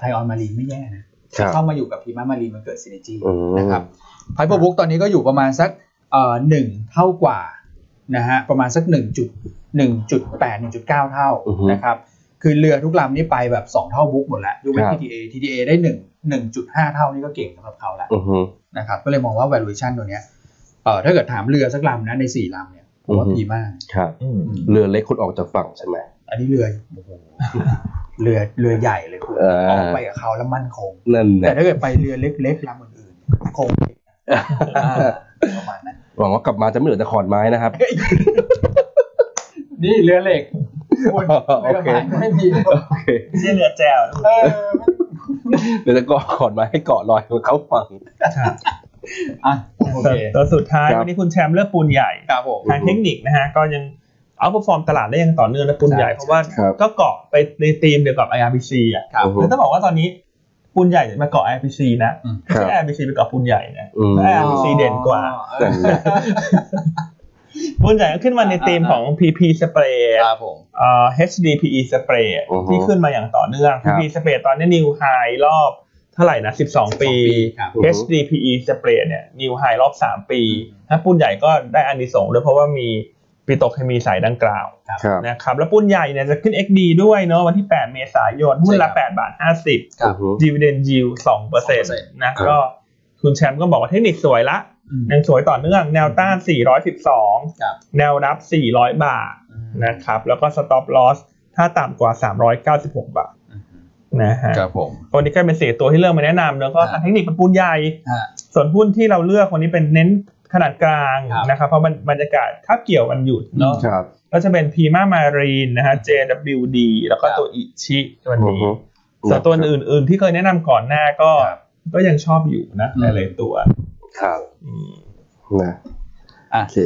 B: ไทยออยล์มารีไม่แย่นะครับ เข้ามาอยู่กับพีมามารีมันเกิดซีเนจี
A: อืม
B: นะครับไพเปอร์บุ๊กตอนนี้ก็อยู่ประมาณสักเอ่อหนึ่งเท่ากว่านะฮะประมาณสัก1.1.8 1.9 เท่า
A: อือฮึ
B: นะครับคือเรือทุกลำนี่ไปแบบ 2 เท่าบุ๊กหมดแล้วยกเว้น TTA TTA ได้1 1.5 เท่านี่ก็เก่งสำหรับเขาแล้ว
A: อืมฮึ
B: นะครับก็เลยมองว่า valuation ตัวเนี้ยเอ่อถ้าเกิดถามเรือสักลำนะใน 4 ลำเนี่ย ผมว่าดีมาก
A: ครับ
D: อืม
B: อืม
A: เรือเล็กคุณออกจากฝั่งใช่ไหม
B: อันนี้เรือโอ้โหเรือเรือใหญ่เลยคุณ
A: เออ
B: ออกไปกับเขาแล้วมั่นคง
A: นั่นแห
B: แต่
A: ละ
B: ถ้าเกิดไปเรือเล็กๆลำอื่นๆคงประมาณนั้น
A: หวังว่ากลับมาจะไม่เหลือแต่ขอนไม้นะครับ
B: นี่เรือเหล็กคุณ
A: โอ
B: เรือ
A: เค
B: ไม้ไม่มี
A: โอเค
C: ไม่ใช่เรือแจว
B: เออ
A: เดี๋ยวจะเกาะขอนไม้ให้เกาะลอยเขาฝั่ง
B: อ่ะโอเค
C: ตัวสุดท้าย
A: ครับ
C: วันนี้คุณแชมป์เลือกปูนใหญ่
B: ครับผม
C: ทางเทคนิคนะฮะก็ยังเอาพอฟอร์มตลาดได้อย่างต่อเนื่องและปูนใหญ่
B: ใช่
C: เพราะว่า
A: ครับ
C: ก็เกาะไปในธีมเดียวกับ IRPC อ่ะ
B: ครับ
A: โอ้โห
C: แล้วต้องบอกว่าตอนนี้ปูนใหญ่มาเกาะ IRPC นะไม่
A: ครับ
C: ใช่ IRPC ไปเกาะปูนใหญ่นะ
A: อืม
C: แล้ว IRPC เด่นกว่า
B: เออ
C: ปูนใหญ่ก็ขึ้นมาในธีมของ PP Spray
B: ครับผม
C: เอ่อ HDPE Spray
A: อือฮึ
C: ที่ขึ้นมาอย่างต่อเนื่อง
A: ครับ
C: PP Spray ตอนนี้ New High รอบเท่าไหร่นะ 12 ปี
B: ครับ
A: อือฮึ
C: HDPE Spray เนี่ย New High รอบ 3 ปีนะปูนใหญ่ก็ได้อานิสงส์ด้วยเพราะว่ามีปิโตรเคมีสายดังกล่าว
A: ครับ
C: นะครับแล้วปุ้นใหญ่เนี่ยจะขึ้น XD ด้วยเนาะวันที่ 8 เมษายน หุ้นละ
B: ใช่ครับ
C: 8บาท
B: ครับ
C: 50 Dividend Yield 2%นะ
A: ครับ
C: ก็คุณแชมป์ก็บอกว่าเทคนิคสวยละยังสวยต่อเนื่องแนวต้าน
B: ครับ
C: 412 แนวรับ 400 บาทนะครับแล้วก็ Stop Loss ถ้าต่ำกว่า 396 บาทนะฮะ
B: ครับผม
C: วันนี้ก็เป็นสี่ตัวที่เลือกมาแนะนำแล้วก็
B: ครับ
C: เทคนิคเป็นปูนใหญ่
B: ฮะ
C: ส่วนหุ้นที่เราเลือกวันนี้เป็นเน้นขนาดกลาง
B: ครับ
C: นะครับเพราะมันบรรยากาศคาบเกี่ยวกันอยู่เนาะ
A: ครับ
C: ก็จะเป็นพีมามารีนนะฮะ JWD แล้วก็ตัวอิชิวัน
A: อือ
C: นี้
A: ฮึ
C: ส่วนตัวอื่นๆที่เคยแนะนำก่อนหน้าก็
B: ครับ
C: ก็ยังชอบอยู่นะ
B: อืม
C: หลายๆตัว
A: ครับ
C: อืม
A: นะ
B: อ่ะ
A: โอเค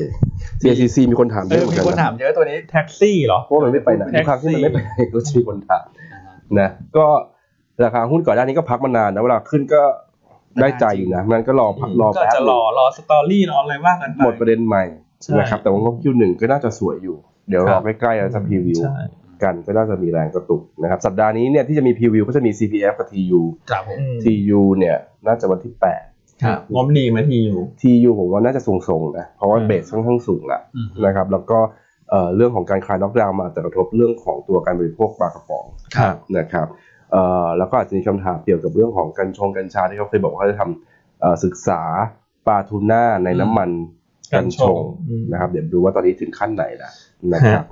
A: CCC มีคนถาม
B: เอ
A: เยอะ
B: อ
A: เหมือ
B: มี
A: นกัน
B: คน
A: นะ
B: ถามเยอะตัวนี้
C: แท็กซี่เหรอ
A: เพราะมันไม่ไปไหนทุกครั้งที่มันไม่ไปไหนก็จะมีคนถาม นะก็ราคาหุ้นก่อนหน้านี้ก็พักมานานนะเวลาขึ้นก็ได้ใจอยู่นะนั้นก็รอพักรอ
C: ก็
A: แป๊บ
C: จะรอรอสตอรี่รออะไรว่ากันไป
A: หมดประเด็นใหม่
C: ใช่
A: นะครับแต่ว่างบคิวหนึ่งก็น่าจะสวยอยู่ เดี๋ยว
C: ค
A: ร
C: รั
A: อบ ใกล้ๆเราจะพรีวิว
C: ใช่
A: กันก็น่าจะมีแรงกระตุกนะครับสัปดาห์นี้เนี่ยที่จะมีพรีวิวก็จะมี CPF กับ TU
B: ครับผม
C: อืม
A: TU เนี่ยน่าจะวันที่
B: ครับ
C: งบดีไหมาทีอยู่
A: 8 TU ผมว่าน่าจะสูงๆนะเพราะว่า
C: อืม
A: เบสค่อนข้างสูงละ
B: อืม
A: นะครับแล้วก็เอ่อเรื่องของการคลายล็อกดาวน์มาแต่กระทบเรื่องของตัวการบริโภคปลากระป๋อง
B: ครับ
A: นะครับเอ่อแล้วก็อาจจะมีคำถามเกี่ยวกับเรื่องของกัญชงกัญชาที่เขาเคยบอกว่าเขาจะทำเอ่อศึกษาปลาทูน่าในน้ำมันกัญชง
C: อืม
A: นะครับเดี๋ยวดูว่าตอนนี้ถึงขั้นไหนแล้วนะครับ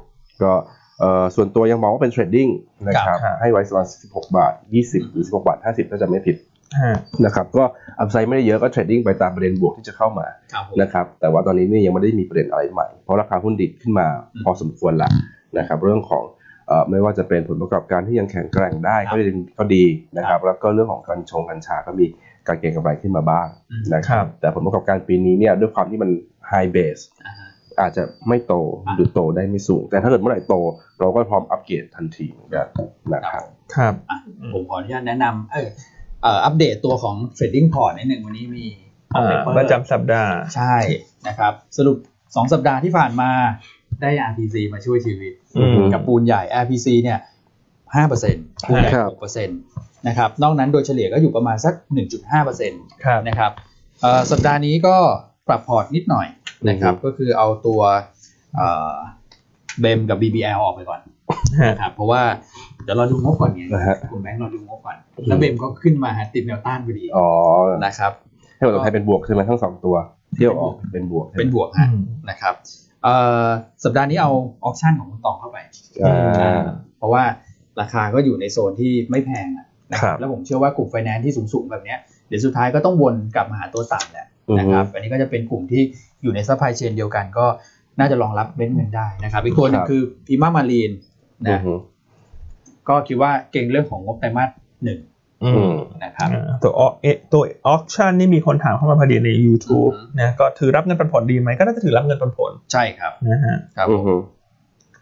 A: ก็เอ่อส่วนตัวยังมองว่าเป็นเทรดดิ้งนะครับ
C: ครับ
A: ให้ไว้ประมาณ16 บาท 20 หรือ 16 บาท 50 ถ้าจะไม่ผิด
C: ฮะ
A: นะครับก็อัพไซด์ไม่ได้เยอะก็เทรดดิ้งไปตามประเด็นบวกที่จะเข้ามา
B: ครับผม
A: นะครับแต่ว่าตอนนี้เนี่ยยังไม่ได้มีประเด็นอะไรใหม่ เพราะราคาหุ้นดิดขึ้นมาพอสมควรละ นะครับเรื่องของเอ่อไม่ว่าจะเป็นผลประกอบการที่ยังแข็งแกร่งได้
B: ครั
A: ก็
B: บ
A: ดีก็ดีนะครับ แล้วก็เรื่องของการชงกัญชาก็มีการเก็งกำไรขึ้นมาบ้าง
B: อืม
A: นะครับแต่ผลประกอบการปีนี้เนี่ยด้วยความที่มัน high base
B: อ่าฮะ
A: อาจจะไม่โต
B: อ่ะ
A: หรือโตได้ไม่สูง แต่ถ้าเกิดเมื่อไหร่โต เราก็พร้อมอัปเกรดทันทีเหมือนกันนะครับ
C: ครับ
B: ผมขออนุญาตแนะนำเออเอ่ออัปเดตตัวของ trading port นิดหนึ่งวันนี้มี
C: อ่า
B: paper
C: ประจำสัปดาห์
B: ใช่นะครับ สรุป 2 สัปดาห์ที่ผ่านมาได้ RPC มาช่วยชีวิต
C: อืม
B: กับปูนใหญ่ RPC เนี่ย5%ปูนใหญ่
A: ครับ
B: 6%นะครับนอกนั้นโดยเฉลี่ยก็อยู่ประมาณสัก 1.5%
C: ครับ
B: นะครับเอ่อสัปดาห์นี้ก็ปรับพอร์ตนิดหน่อยนะครับก็คือเอาตัวเบมกับ BBL ออกไปก่อน นะครับเพราะว่าเดี๋ยวเราดูงบก่อนไง
A: นะฮะ
B: คุณแบงค์เราดูงบก่อน แล้วเบมก็ขึ้นมาติดแนวต้านพอดี
A: อ๋อ
B: นะครับ
A: ให้ผลตอบแทนเป็นบวกใช่ไหมทั้งสองตัว เที่ยวออกเป็นบวก
B: เป็นบวกฮะนะครับเอ่อสัปดาห์นี้เอาออคชั่นของคุณตองเข้าไป
A: อ่า
B: เพราะว่าราคาก็อยู่ในโซนที่ไม่แพงอะนะค
A: ครั
B: รับบ แล้วผมเชื่อว่ากลุ่มไฟแนนซ์ที่สูงๆแบบเนี้ยเดี๋ยวสุดท้ายก็ต้องวนกลับมาหาตัวต่ำแหละนะครับอันนี้ก็จะเป็นกลุ่มที่อยู่ในซัพพลายเชนเดียวกันก็น่าจะรองรับเม็ดเงินได้นะครับอีกตัวหนึง
A: ครับ
B: คือพีมามารีน
A: อือ
B: นะ
A: ฮึ
B: ก็คิดว่าเก่งเรื่องของงบไตรมาสหนึ่ง
C: อื
A: อื
C: ม
A: ม
B: นะครับ
C: อ่าตัวออเอตัวออคชั่นนี่มีคนถามเข้ามาพอดีใน YouTube
B: อือฮึ
C: นะก็ถือรับเงินปันผลดีไหมก็น่าจะถือรับเงินปันผล
B: ใช่ครับ
C: นะฮะ
B: ครับ
A: อื
B: ผ
A: อ
B: ม
A: ฮึ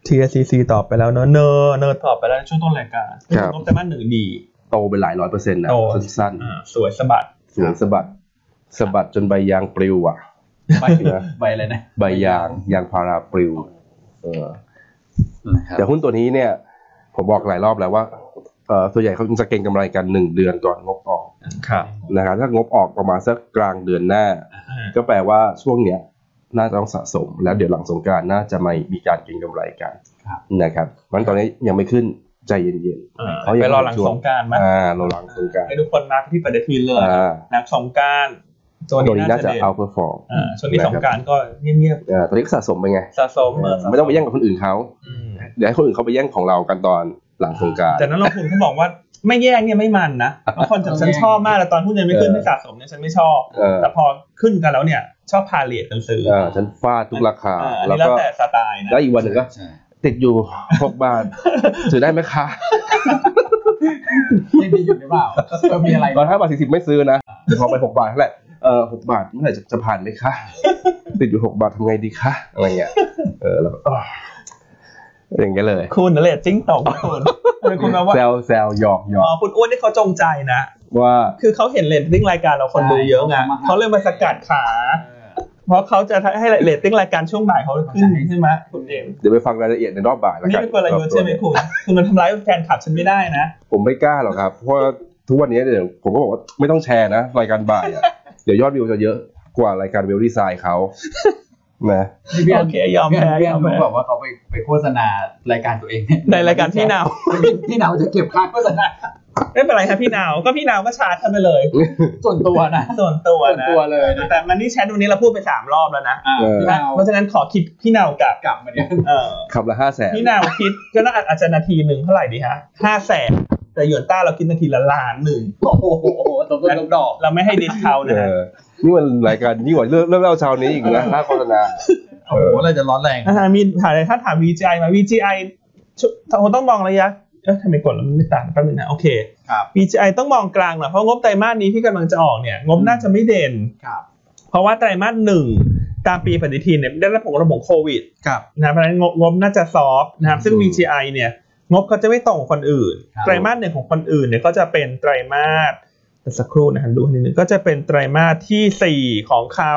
C: TSCC ตอบไปแล้วเนอะเนอะเนอะตอบไปแล้วในช่วงต้นรายการ
A: ครับ
C: งบไตรมาสหนึ่งดี
A: โตไปหลายร้อยเปอร์เซ็นต์นะ
C: โต
A: สั้นๆ
C: อ่าสวยสะบัด
A: สวนสะบัดสะบัดจนใบยางปลิวอ่ะ
B: ใบใบอะไรนะ
A: ใบยางยางพาราปลิวเออ
B: นะครับ
A: แต่หุ้นตัวนี้เนี่ย ผมบอกหลายรอบแล้วว่าเออส่วนใหญ่เขาจะเก็งกำไรกันหนึ่งเดือนก่อนงบออก
C: ครับ
A: นะครับถ้างบออกประมาณสักกลางเดือนหน้า ก็แปลว่าช่วงเนี้ยน่าจะต้องสะสม แล้วเดี๋ยวหลังสงกรารน่าจะไม่มีการเก็งกำไรกัน
B: ครับ
A: นะครับมันตอนนี้ยังไม่ขึ้นใจเย็น
C: อ่า
A: เขายัง
C: ไปรอหลังสงกราร
A: ๆ
C: ไหม
A: อ่าเราหลังสงกราร
C: ให้ทุกคนมาที่ปฏิทินเลย
A: อ่า
C: หลังสงกราร ตัว
A: ตัว
C: นี้
A: นี้
C: น่า
A: น่า
C: จะ
A: จะ
C: เด่น
A: เอาเปอร์ฟอร์ม
C: อ่าส่วนนี้สงกรารก็เงียบ
A: อ่าตัวนี้ก็สะสมไปไง
C: ๆสะสม
A: เอ
C: เ
A: อไม่ต้องไปแย่งกับคนอื่นเขา
C: อืม
A: เดี๋ยวให้คนอื่นเขาไปแย่งของเรากันตอนหลังสงกราร
C: แต่นั้นลงทุนเขาบอกว่าไม่แย่งเนี่ยไม่มันนะบางคนจะฉันชอบมากแต่ตอนหุ้นยังไม่ขึ้นไม่สะสมเนี่ยฉันไม่ชอบ
A: เออ
C: แต่พอขึ้นกันแล้วเนี่ย ชอบพาเลทกันซื้อ
A: เออฉันฟาดทุกราคา
C: อ่าอัน
A: แล้ว
C: นี้แล้ว
A: ก็
C: แต่สไตล์นะ
A: แล้วอีกวันหนึ่งก็
B: ใช่
A: ติดอยู่ หก บาทซื้อได้ไหมคะ
B: ยังดีอยู่หรือเปล่า ก็มีอะไร
A: ตอนห้าบาทสี่สิบไม่ซื้อนะแต่พอไปหกบาทเท่าไหร่เออหกบาทเมื่อไหร่จะจะผ่านไหมคะ ติดอยู่หกบาททำไงดีคะอะไรเงี้ยเออแล้วก็อ้ออย่างเงี้ยเลย
C: คุณนั่นแหละจิ้งตกคุณเป็นคุณมาว่า
A: แซวแซวหยอกหยอ
C: อ๋อกคุณอ้วนนี่เขาจงใจนะ
A: ว่า
C: คือเขาเห็นเรตติ้งรายการเราคนดูเยอะไงเขาเลยมาสกัดขา เพราะเขาจะให้เรตติ้งรายการช่วงบ่ายเขาขึ้นใช่ไหมคุณเอม
A: เดี๋ยวไปฟังรายละเอียดในรอบบ่ายแล้ว
C: นี่
A: กัน
C: เป็นกลยุทธ์ใช่ไหมคุณคุณมันทำร้ายแฟนคลับฉันไม่ได้นะ
A: ผมไม่กล้าหรอกครับ เพราะว่าทุกวันนี้เดี๋ยวผมก็บอกว่าไม่ต้องแชร์นะ รายการบ่ายอะ เดี๋ยวยอดวิวจะเยอะกว่ารายการเวลดีไซน์เขา นะ
B: ที่พี่อั
C: โอน เคยอม
B: พี่อัน
C: แพ้
B: พี่
C: ย
B: อั
C: อน ม
B: รู้
C: แพ้
B: บอกว่าเขาไปไปโฆษณารายการตัวเองเย
C: ในรายการพี่นาว
B: พี่หนาวจะเก็บค่าโฆษณา
C: ไม่เป็นไรครับพี่นาวก็พี่นาวก็ชาร์จเข้าไปเลย
B: ส่วนตัวนะ
C: ส่วนตัว
B: ส่วน
C: นะ
B: ตัวเลยนะ
C: แต่มันนี่แชทวันนี้เราพูดไปสามรอบแล้วนะ
B: อ่า
A: เออ
B: พี่หนาว
C: เพราะฉะนั้นขอคิดพี่นาวกลับ
B: กลับมาเนี่ย
C: เออ
A: คำละห้าแสน
C: พี่นาวคิดก็น่าอาจจะนาทีหนึ่งเท่าไหร่ดีฮะห้าแสนแต่หยวนต้าเราคิดนาทีละล้านหนึ่ง
B: โอ้โหตกต้นตกดอก
C: เราไม่ให้ดิสเคาวน์นะ
A: เออ
C: ฮะ
A: นี่มันรายการนี่งกว่าเรื่องเรื่องเล่าเชาวนี้อีกนะค่าโฆษ ณา
B: โอ้โหอะไรจะร้อนแรง
C: อ่ามีถามอะไรถ้าถาม VGI มา VGI ชุเราต้องมองระยะเอ๊ะทำไมกดแล้วมันไม่ต่างแป๊บนึงนะ โอเค
B: ครับ
C: VGI ต้องมองกลางหน่อยเพราะงบไตรมาสนี้ที่กำลังจะออกเนี่ย งบน่าจะไม่เด่น
B: ครับ
C: เพราะว่าไตรมาสหนึ่งตามปีปฏิทินเนี่ยได้รับผลกระทบโควิด
B: ครับ
C: นะครับเพราะฉะนั้นงบงบน่าจะซอฟต์นะครับซึ่ง
A: อืม
C: VGI เนี่ยงบเขาจะไม่ตรงกับคนอื่น
B: ครับ
C: ไตรมาสหนึ่งของคนอื่นเนี่ยก็จะเป็นไตรมาสแต่สักครู่นะครับดูนิดนึงก็จะเป็นไตรมาสที่ 4 ของเขา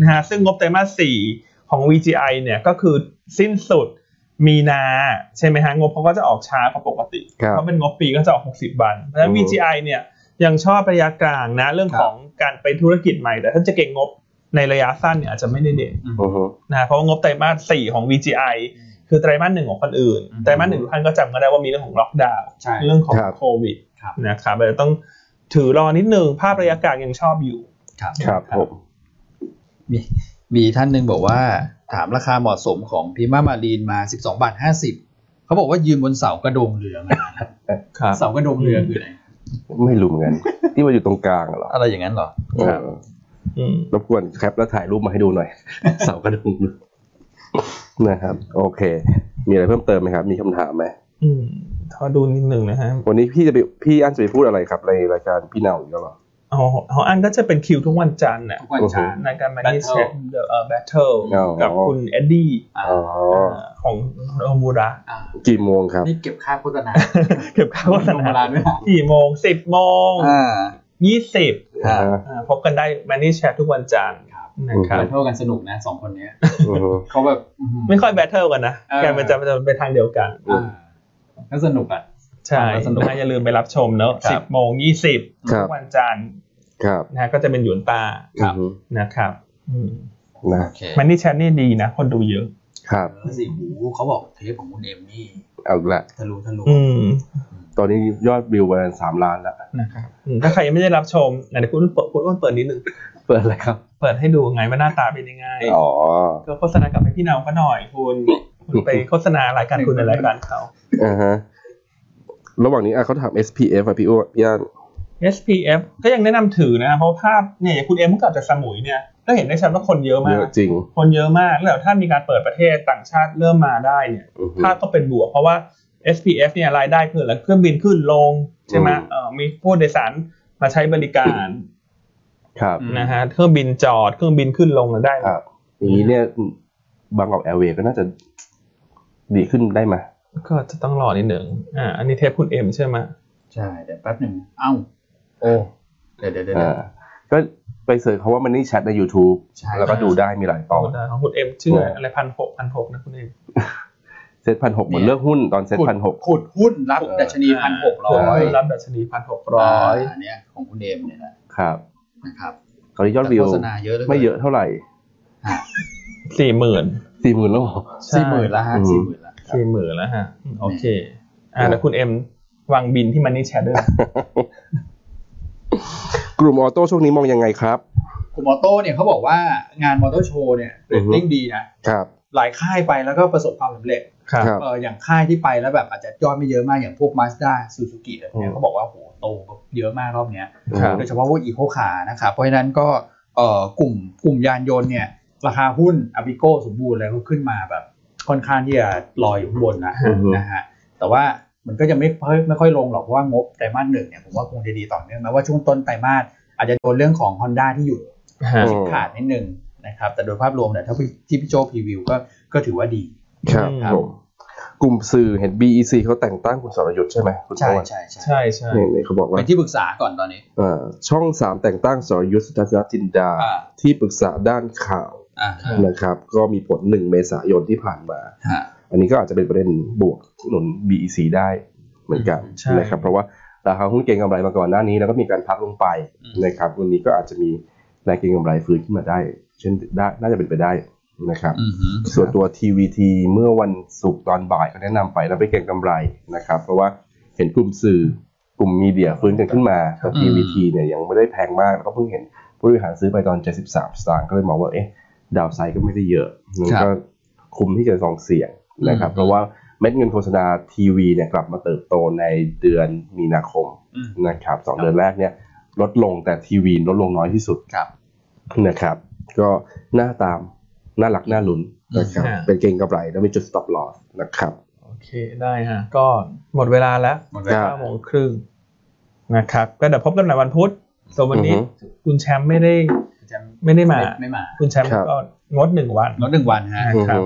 C: นะฮะซึ่งงบไตรมาส4ของ VGI เนี่ยก็คือสิ้นสุดมีนาใช่ไหมฮะงบเขาก็จะออกช้ากว่าปกติ
A: ครับ
C: เพราะเป็นงบปีก็จะออก 60 วัน เพราะฉะนั้น
A: อืม
C: VGI เนี่ยยังชอบระยะกลางนะเรื่อง
B: ครับ
C: ของการไปธุรกิจใหม่ แต่ถ้าจะเก่งงบในระยะสั้นเนี่ยอาจจะไม่ได้เด่น
A: โอ้โห
C: นะเพราะว่างบไตรมาสสี่ของ VGI
B: อืม
C: คือไตรมาสหนึ่งของคนอื่น
B: อืม
C: ไตรมาสหนึ่งทุกท่านก็จำกันได้ว่ามีเรื่องของล็อกดาวน์
B: ใช่
C: เรื่องของ
A: ครับ
C: โควิด
B: ครับ
C: นะครับเราต้องถือรอนิดนึงภาพระยะกลางยังชอบอยู่
B: ครับ
A: ครับผม
B: มีมีท่านหนึ่งบอกว่าถามราคาเหมาะสมของพิมามารีนมา 12บาท50 เขาบอกว่ายืนบนเสากระโดงเรืองอะ
C: ครับ
B: เสากระโดงเรืองคืออะไร
A: ไม่รู้เหมือนกัน ที่มาอยู่ตรงกลางเหรอ
B: อะไรอย่างนั้นเหรอ
A: เอ
C: ครับ
A: อ
C: อืม
A: รบกวนแคปแล้วถ่ายรูปมาให้ดูหน่อย เสากระดุมนะครับ โอเค มีอะไรเพิ่มเติมไหมครับ มีคำถามไหม
C: อืมขอดูนิดนึงนะฮะ
A: วันนี้พี่จะไปพี่อันจะไปพูดอะไรครับ ในรายการพี่เนาอีกแล้วเหรอ
C: เอาของอันก็จะเป็นคิวทุกวันจันทร์นะ
B: ทุกวันจันทร์
C: ในการมา
B: Battle
C: ที่เช็คเดอะแบทเทิล
A: อ๋อ
C: กับคุณเอ็ดดี้
B: อ่า
A: อ๋อ
C: ของโอมูระ
B: อ่า
A: กี่โมงครับ
B: นี่เก็บค่าโฆษณา
C: เก็บค่าโฆษ
B: ลงเว
C: ณา
B: ลาด้วยนะ
C: สี่โมงสิบโมง
B: อ่า
C: ยี่สิบ
B: ครับ
C: อ่าพบกันได้แมนนี่แชร์ทุกวันจันทร์
B: ครับ
C: นะครับ
B: แบทเทิลกันสนุกนะสองคนเนี้ย
A: อือฮึ
B: เขาแบบอื้อหือ
C: ไม่ค่อยแบทเทิลกันนะ
B: เออ
C: การมันจะมันจะเป็นทางเดียวกัน
B: อ่าก็สนุกอ่ะ
C: ใช่
B: สนุก
C: นะฮะอย่าลืมไปรับชมเนอะ
B: ครับ
C: สิบโมงยี่สิบ
A: ครับ
C: วันจันทร์
A: ครับ
C: นะฮะก็จะเป็นหยวนตา
B: ครับ
A: อือฮึ
C: นะครับอืม
A: นะ
B: โอเค
C: มันนี่แชทนี่ดีนะ คนดูเยอะ
A: ครับ
B: เออสิหูเขาบอกเทปของคุณเอมนี่
A: เอาอีกละ
B: ทะลุทะลุ
C: อืม
A: ตอนนี้ยอดวิวประมาณสามล้านละ
C: นะครับอืมถ้าใครยังไม่ได้รับชมอ่ะเดี๋ยวคุณเปิดคุณอ้วนเปิดนิดนึง
A: เปิดอะไรครับ
C: เปิดให้ดูไงว่าหน้าตาเป็นยังไง
A: อ๋อ
C: ก็โฆษณากลับไปพี่นาวก็หน่อยคุณคุณไปโฆษณารายการคุณในรายการเขา
A: อ่าฮะระหว่างนี้อ่ะเขาถาม SPF อ่ะพี่อ้วนพี่อัน
C: SPF ก็ยังแนะนำถือนะเพราะภาพเนี่ยอย่างคุณเอ็มเมื่อกลับจากสมุยเนี่ยก็เห็นได้ชัดว่าคนเยอะมา
A: เย
C: ก
A: อะจริง
C: คนเยอะมาก แล้วถ้ามีการเปิดประเทศต่างชาติเริ่มมาได้เนี่ย
A: อือฮึ
C: ภาพก็เป็นบวก เพราะว่า SPF เนี่ยรายได้คือแล้วเครื่องบินขึ้นลง ใช่ไหม
A: อืม
C: เอ่อมีผู้โดยสารมาใช้บริการ
A: ครับ
B: อืม
C: นะฮะเครื่องบินจอดเครื่องบินขึ้นลงได้
A: ครับอย่างนี้เนี่ยบางกอกแอร์เวย์ก็น่าจะดีขึ้นได้ไหม
C: ก็จะต้องรอนิดหนึ่งอ่าอันนี้เทปคุณเอ็มใช่ไหม
B: ใช่เดี๋ยวแป๊บหนึ่งเอ้า
A: โอ้
B: เดี๋ยวเดี๋ยวเดี๋ยว
A: อ่าก็ไปเสิร์ชเขาว่ามันนี่แชทใน YouTube
B: ใช่
A: แล้วก็ดูได้มีหลายตอน
C: ของคุณเอ็มชื่อ
A: โอ้
C: อะไรพันหกพันหกนะคุณเอ็ม
A: เซ็ตพันหกเหมือนเลือกหุ้นตอนเซ็ตพันหก
B: ขุดหุ้นรับดัชนีพันหกร้อย
A: 1,600
C: รับดัชนีพันหกร้
B: ร้
C: อ
B: อย
C: ย
B: อันเนี้ยของคุณเอมเนี่ยนะ
A: ครับ
B: นะครับ
A: ตอนนี้ยอดวิว
B: โฆษณาเยอะเลย
A: ไม่เยอะเท่าไหร่
C: สี่หมื่น
A: สี่หมื่นแล้วเหรอ
B: สี่หมื่นละฮะ
A: อืม
B: สี่หมื่นละ
C: สี่หมื่นแล้วฮะ โอเค อ่า
A: ครับ
C: แล้วคุณเอ็มวางบินที่มันนี่แชทด้วยนะ
A: กลุ่มออโต้ช่วงนี้มองยังไงครับ
B: กลุ่มออโต้เนี่ยเขาบอกว่างานมอเตอร์โชว์เนี่ยเรตติ้งดีนะ
A: ครับ
B: หลายค่ายไปแล้วก็ประสบความสำเร็จ
C: ครับ
A: ครับ
B: เอออย่างค่ายที่ไปแล้วแบบอาจจะยอดไม่เยอะมากอย่างพวก Mazda Suzuki อะไรพวกเนี้ย
A: อืม
B: เขาบอกว่าโหโตเยอะมากรอบเนี้ย
C: ครับ
B: โดยเฉพาะพวกอีโคคาร์นะครับเพราะฉะนั้นก็เอ่อกลุ่มกลุ่มยานยนต์เนี่ยราคาหุ้นอ p ิโกสมบูรณ์แล้วก็ขึ้นมาแบบค่อนข้างที่จะลอยอยู่ข้างบนนะ
A: อือฮึ
B: นะฮะแต่ว่ามันก็จะไม่ค่อยไม่ค่อยลงหรอกเพราะว่างบไตรมาสหนึ่งเนี่ยผมว่าคงจะดีต่อเนื่องแม้ว่าช่วงต้นไตรมาสอาจจะโดนเรื่องของ Honda ที่หยุด
C: ฮะ
A: อืม
B: ขาดนิดนึงนะครับ แต่โดยภาพรวมเนี่ยถ้าที่พี่โจพรีวิวก็ก็ถือว่าดี
A: ครับ
C: ครับ
A: ผมกลุ่มสื่อเห็น BEC เขาแต่งตั้งคุณสรยุทธ์ใช่ไหมคุณ
B: ใช่
A: อ้วน
B: ใช่ใช่
C: ใช่ใช่
A: นี่นี่เขาบอกว่า
B: เป็นที่ปรึกษาก่อนตอนนี้
A: เอ่อช่องสามแต่งตั้งสรยุทธสุทัศนจินดา
B: อ่า
A: ที่ปรึกษาด้านข่าว
B: อ่าฮะ
A: นะครับ ก็มีผลหนึ่งเมษายนที่ผ่านมา
B: ฮะ
A: อันนี้ก็อาจจะเป็นประเด็นบวกหนุน BEC ได้เหมือนกัน
C: ใช่
A: นะครับเพราะว่าราคาหุ้นเก็งกำไรมาก่อนหน้านี้ แล้วก็มีการพักลงไปนะครับวันนี้ก็อาจจะมีแรงเก็งกำไรฟื้นขึ้นมาได้ เช่นได้น่าจะเป็นไปได้นะครับ
B: อือฮึ
A: ส่วนตัว TVT เมื่อวันศุกร์ตอนบ่ายก็แนะนำไปแล้วไปเก็งกำไรนะครับ เพราะว่าเห็นกลุ่มสื่อกลุ่มมีเดียฟื้นกันขึ้นมาแต่ TVT เนี่ยยังไม่ได้แพงมาก แล้วก็เพิ่งเห็นผู้บริหารซื้อไปตอน 73 สตางค์ก็เลยมองว่าเอ๊ะดาวไซด์ก็ไม่ได้เยอะมันก็คุ้มที่จะลองเสี่ยงนะครับ เพราะว่าเม็ดเงินโฆษณาทีวีเนี่ยกลับมาเติบโตในเดือนมีนาคม
B: อืม
A: นะครับสองเดือนแรกเนี่ยลดลงแต่ทีวีลดลงน้อยที่สุด
B: ครับ
A: นะครับ ก็หน้าตามหน้าหลักหน้าลุ้นนะครับ
C: อืมค่ะ
A: เป็นเก่งกำไรแล้วมีจุด stop loss นะครับ
C: โอเคได้ฮะก็หมดเวลาแล้ว
B: หมดเวลา
C: เก้าโมงครึ่งนะครับ ก็เดี๋ยวพบกันใหม่วันพุธส่วนวันนี้
A: อือฮึ
C: คุณแชมป์ไม่ได้
B: จะ
C: ไม่ได้มา
B: ไม่มา
C: คุณแชมป์
A: ครับ
C: ก็งดหนึ่งวัน
B: ลดหนึ่งวันฮะ
C: อืม ครับ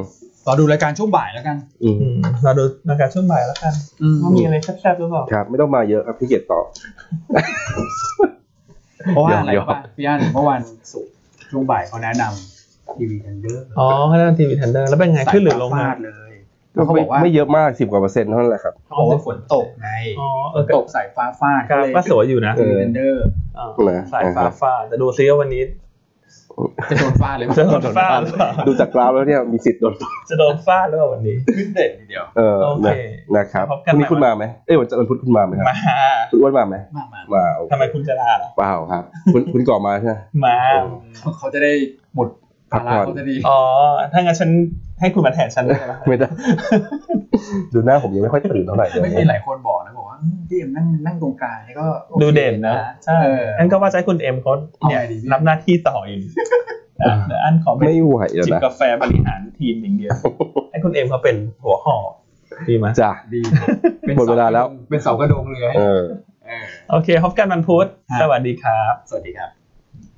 B: รอดูรายการช่วงบ่ายแล้วกัน
A: อืม
C: อืมเราดูรายการช่วงบ่ายแล้วกันว่ามีอะไรแซ่บๆหรือเปล่า
A: ครับ ไม่ต้องมาเยอะครับพี่เกียรติตอบ
B: เพราะว่าอะไร
A: เดี๋ยว
B: ป่ะพี่อันเมื่อวันศุกร์ช่วงบ่ายเขาแนะนำทีวีทันเดอร์
C: อ๋อให้ทางทีวีทันเดอร์แล้วเป็นไงขึ้นหรือลงนะ
B: เลย
A: ก็
B: เขา
A: ไม่
B: บอกว่า
A: ไม่เยอะมากสิบกว่าเปอร์เซ็นต์เท่านั้นแหละครับ
B: เขาบอกว่าฝนตกไง
C: อ๋อเอ
B: ฝ
C: อน
B: ตกสายฟ้าฟาด
C: ก็
B: เลย
C: ก็สวยอยู่นะ
A: เอ
B: ที
A: อ
B: วีทันเดอร์
C: อ่า
A: นะ
C: สายฟ้าฟ้าแต่ดูซิว่าวันนี้
B: จะโดนฟาดเลย
C: จะโดนฟาดหรือเปล่า
A: ดูจากกราฟแล้วเนี่ยมีสิทธิ์โดนตก
C: จะโดนฟาดหรือเปล่าวันนี้
B: ขึ้นเด่นทีเดียว
A: เออ
C: โอเค
A: นะนะครับ
C: พบกั
A: วั
C: น
A: นนี้
C: ใหม่
A: คุณมาไหมเอ้ยวันจันทร์วันพุธคุณมาไหมครับ
C: มา
A: คุณอ้วนมาไหม
B: มากมาก
A: มาโอเค
C: ทำไมคุณจะลาล่ะ
A: เปล่าครับ คุณคุณก่อมาใช่ไหม
C: มา
B: เขาจะได้หมดภาระ
A: พักผ่อน
B: เขาจะได้
C: อ๋อถ้างั้นฉันให้คุณมาแทนฉันได้ไหม
A: ไม่ได้ ดูหน้าผมยังไม่ค่อยตื่นเท่าไหร่เลย
B: ไม่มีหลายคนบอกนะบอกว่าอืมพี่เอ็มนั่งนั่งตรงกลางนี่ก็โอค
C: ดูเด่นนะใช่
B: เออ
C: อันก็ว่าจะให้คุณเอ็มเขาเนี่ย
B: เอาไงดีพี่
C: รับหน้าที่ต่ออยู่อ่ะเดี๋ยวอันขอไป
A: ไม่ไหวแล้ว
C: จิบ
A: นะ
C: กาแฟบริหารทีมอย่างเดียวให้คุณเอ็มเขาเป็นหัวหอกดีไหม
A: จ้ะ
B: ดี
A: หมดเวลาแล้ว
B: เป็นเสากระดงเลย
A: เออ
B: เออ
C: โอเคพบกันวันพุธ
B: ครับ
C: สวัสดีครับ
B: สวัสดีครับ